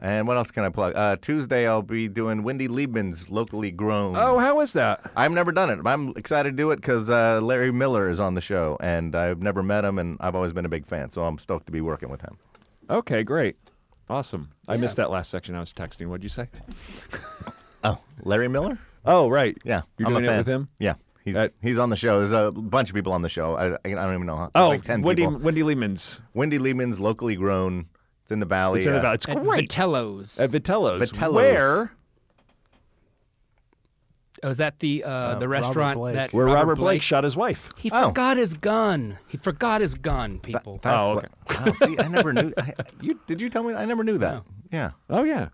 Speaker 5: And what else can I plug? Uh, Tuesday, I'll be doing Wendy Liebman's Locally Grown.
Speaker 3: Oh, how is that?
Speaker 5: I've never done it, but I'm excited to do it because uh, Larry Miller is on the show, and I've never met him, and I've always been a big fan, so I'm stoked to be working with him.
Speaker 3: Okay, great, awesome. I missed that last section. I was texting. What'd you say?
Speaker 5: Oh, Larry Miller?
Speaker 3: Oh, right.
Speaker 5: Yeah,
Speaker 3: you're
Speaker 5: I'm
Speaker 3: doing
Speaker 5: a
Speaker 3: it
Speaker 5: fan.
Speaker 3: with him.
Speaker 5: Yeah, he's
Speaker 3: That-
Speaker 5: he's on the show. There's a bunch of people on the show. I, I don't even know. How, there's
Speaker 3: Oh,
Speaker 5: like ten
Speaker 3: Wendy,
Speaker 5: people.
Speaker 3: Wendy Lehman's.
Speaker 5: Wendy Lehman's locally grown. It's in the valley.
Speaker 3: It's in
Speaker 5: uh,
Speaker 3: about. It's
Speaker 4: At
Speaker 3: great.
Speaker 4: Vitello's.
Speaker 3: At uh, Vitello's.
Speaker 5: Vitello's.
Speaker 3: Where?
Speaker 4: oh, is that the uh, the restaurant
Speaker 6: Blake.
Speaker 4: that
Speaker 3: Where Robert Blake, shot his wife.
Speaker 4: He
Speaker 5: Oh.
Speaker 4: forgot his gun. He forgot his gun, people.
Speaker 5: That's
Speaker 3: Oh,
Speaker 5: what, wow, see, I never knew. I, you did you tell me? I never knew that. Yeah.
Speaker 3: Oh yeah,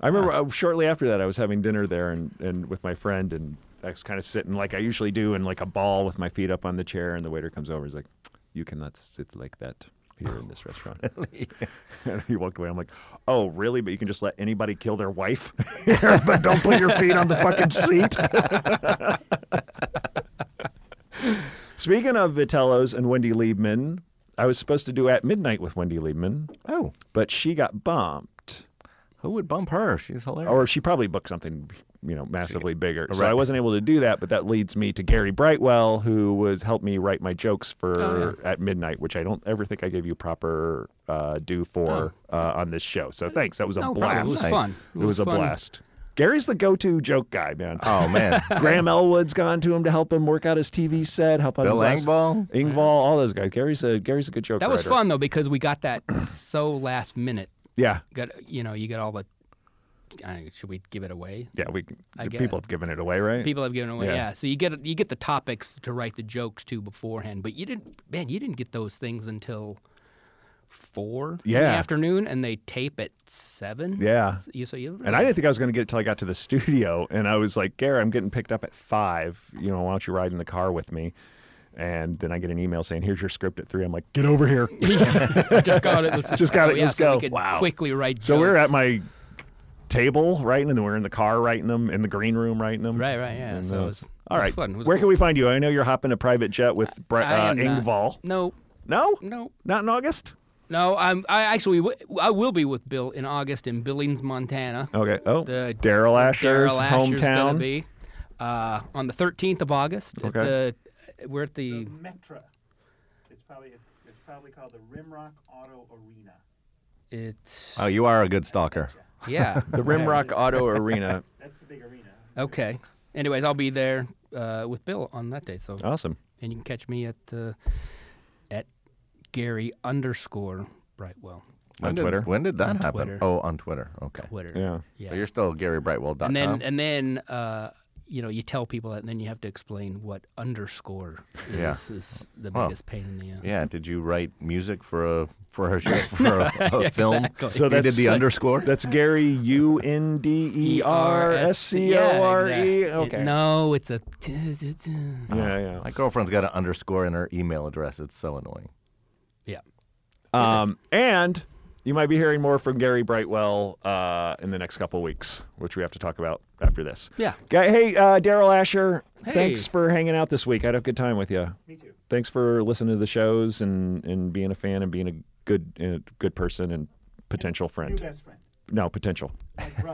Speaker 3: I remember uh, shortly after that I was having dinner there and, and with my friend and I was kind of sitting like I usually do in like a ball with my feet up on the chair and the waiter comes over. He's like, "You cannot sit like that." Here in this restaurant, and he walked away. I'm like, "Oh, really? But you can just let anybody kill their wife, but don't put your feet on the fucking seat." Speaking of Vitello's and Wendy Liebman, I was supposed to do at midnight with Wendy Liebman,
Speaker 5: Oh,
Speaker 3: but she got bumped
Speaker 5: who would bump her? She's hilarious.
Speaker 3: or she probably booked something you know massively bigger so i wasn't able to do that but that leads me to gary brightwell who was helped me write my jokes for
Speaker 4: Oh,
Speaker 3: at midnight which i don't ever think i gave you proper uh, due for uh, on this show so thanks that was a
Speaker 4: Oh. no problem. It
Speaker 3: blast
Speaker 4: was
Speaker 5: Nice.
Speaker 4: fun.
Speaker 3: It was a
Speaker 4: fun.
Speaker 3: blast gary's the go-to joke guy man
Speaker 5: oh man,
Speaker 3: graham elwood's gone to him to help him work out his tv set help out
Speaker 5: Bill
Speaker 3: his last-
Speaker 5: Engvall.
Speaker 3: Engvall, all those guys gary's a gary's a good joke
Speaker 4: That was
Speaker 3: writer.
Speaker 4: fun though because we got that so last minute.
Speaker 3: yeah
Speaker 4: Got you know you get all the. I should we give it away?
Speaker 3: yeah we can-
Speaker 4: I get
Speaker 3: people
Speaker 4: it.
Speaker 3: have given it away right
Speaker 4: People have given away.
Speaker 3: Yeah.
Speaker 4: Yeah. So you get you get the topics to write the jokes to beforehand, but you didn't. Man, you didn't get those things until four in the
Speaker 3: Yeah.
Speaker 4: afternoon, and they tape at seven.
Speaker 3: Yeah.
Speaker 4: S- You so you
Speaker 3: And I didn't think I was going to get it till I got to the studio. And I was like, Gary, I'm getting picked up at five. You know, why don't you ride in the car with me? And then I get an email saying, here's your script at three. I'm like, get over here.
Speaker 4: Yeah. just got it. Let's just,
Speaker 3: Just got
Speaker 4: so,
Speaker 3: it,
Speaker 4: yeah,
Speaker 3: let's
Speaker 4: so
Speaker 3: go.
Speaker 4: We could
Speaker 3: Wow.
Speaker 4: Quickly write.
Speaker 3: So we we're at
Speaker 4: jokes.
Speaker 3: my table writing, and then we're in the car writing them, in the green room writing them.
Speaker 4: Right. Right. Yeah.
Speaker 3: And,
Speaker 4: So
Speaker 3: uh,
Speaker 4: it was,
Speaker 3: all
Speaker 4: it was
Speaker 3: right.
Speaker 4: Fun. It was
Speaker 3: Where
Speaker 4: cool.
Speaker 3: can we find you? I know you're hopping a private jet with Bre-
Speaker 4: I
Speaker 3: uh,
Speaker 4: am not-
Speaker 3: Ingval.
Speaker 4: No,
Speaker 3: No?
Speaker 4: no,
Speaker 3: Not in August?
Speaker 4: no. I'm. I actually. w- I will be with Bill in August in Billings, Montana.
Speaker 3: Okay. Oh,
Speaker 4: The-
Speaker 3: Daryl Asher's
Speaker 4: Daryl Asher's Gonna
Speaker 3: hometown.
Speaker 4: be uh, on the 13th of August. At
Speaker 3: Okay.
Speaker 4: the, we're at the.
Speaker 7: Metra. It's probably it's probably called the Rimrock Auto Arena.
Speaker 4: It's
Speaker 5: Oh, you are a good stalker.
Speaker 4: yeah.
Speaker 3: Uh, The Rimrock Auto Arena.
Speaker 7: That's the big arena.
Speaker 4: Okay. Anyways, I'll be there uh, with Bill on that day. So
Speaker 3: Awesome.
Speaker 4: and you can catch me at uh, at Gary underscore Brightwell
Speaker 3: On
Speaker 5: did-
Speaker 3: Twitter.
Speaker 5: when did that happen?
Speaker 4: Twitter.
Speaker 5: Oh, on Twitter. Okay.
Speaker 4: Twitter.
Speaker 3: Yeah.
Speaker 5: So you're still GaryBrightwell.com.
Speaker 4: And then and then uh, you know, you tell people that, and then you have to explain what underscore is.
Speaker 5: Yeah.
Speaker 4: is the
Speaker 5: Well,
Speaker 4: biggest pain in the ass.
Speaker 5: Yeah. Did you write music for a for a, for a, a film?
Speaker 4: exactly.
Speaker 5: So you did
Speaker 3: that's-
Speaker 5: the underscore.
Speaker 3: That's Gary U N D E R S C O R E.
Speaker 4: Yeah, exact-
Speaker 3: Okay.
Speaker 4: No, it's a.
Speaker 3: Yeah, yeah.
Speaker 5: My girlfriend's got an underscore in her email address. It's so annoying.
Speaker 4: Yeah.
Speaker 3: Um, and you might be hearing more from Gary Brightwell uh, in the next couple of weeks, which we have to talk about after this.
Speaker 4: Yeah.
Speaker 3: Guy, hey, uh, Daryl Asher, thanks
Speaker 4: Hey.
Speaker 3: for hanging out this week. I had a good time with you. Me too. Thanks for listening to the shows and, and being a fan and being a good a good person and potential friend.
Speaker 10: Best friend.
Speaker 3: No, potential.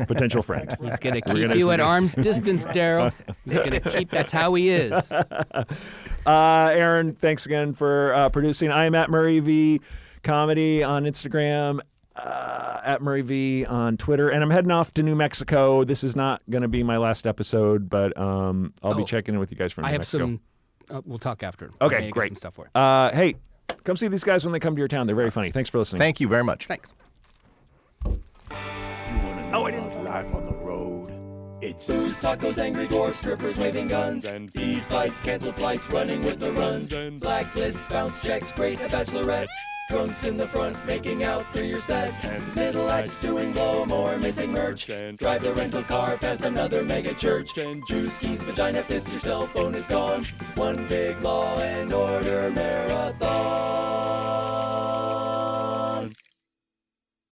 Speaker 3: potential friend.
Speaker 4: He's gonna keep
Speaker 3: gonna
Speaker 4: you at
Speaker 3: finish.
Speaker 4: arm's distance, Daryl. He's gonna keep. That's how he is.
Speaker 3: Uh, Aaron, thanks again for uh, producing. I am at Murray V Comedy on Instagram, uh, at Murray V on Twitter, and I'm heading off to New Mexico. This is not going to be my last episode, but um, I'll be
Speaker 4: Oh.
Speaker 3: checking in with you guys from New
Speaker 4: I have
Speaker 3: Mexico.
Speaker 4: some. Uh, we'll talk after. I
Speaker 3: okay,
Speaker 4: gotta get
Speaker 3: great
Speaker 4: Some stuff for. you.
Speaker 3: Uh, hey, come see these guys when they come to your town. They're very funny. Thanks for listening.
Speaker 5: Thank you very much.
Speaker 4: Thanks.
Speaker 1: You wanna know about life on the road? It's
Speaker 11: Booze, tacos, angry dwarfs, strippers waving guns, and bees fights, candle flights, running with the runs, blacklists, bounce checks, great a bachelorette, drunks in the front making out through your set, middle acts doing blow more missing merch, drive the rental car past another mega church, juice keys, vagina fist, your cell phone is gone, one big law and order marathon.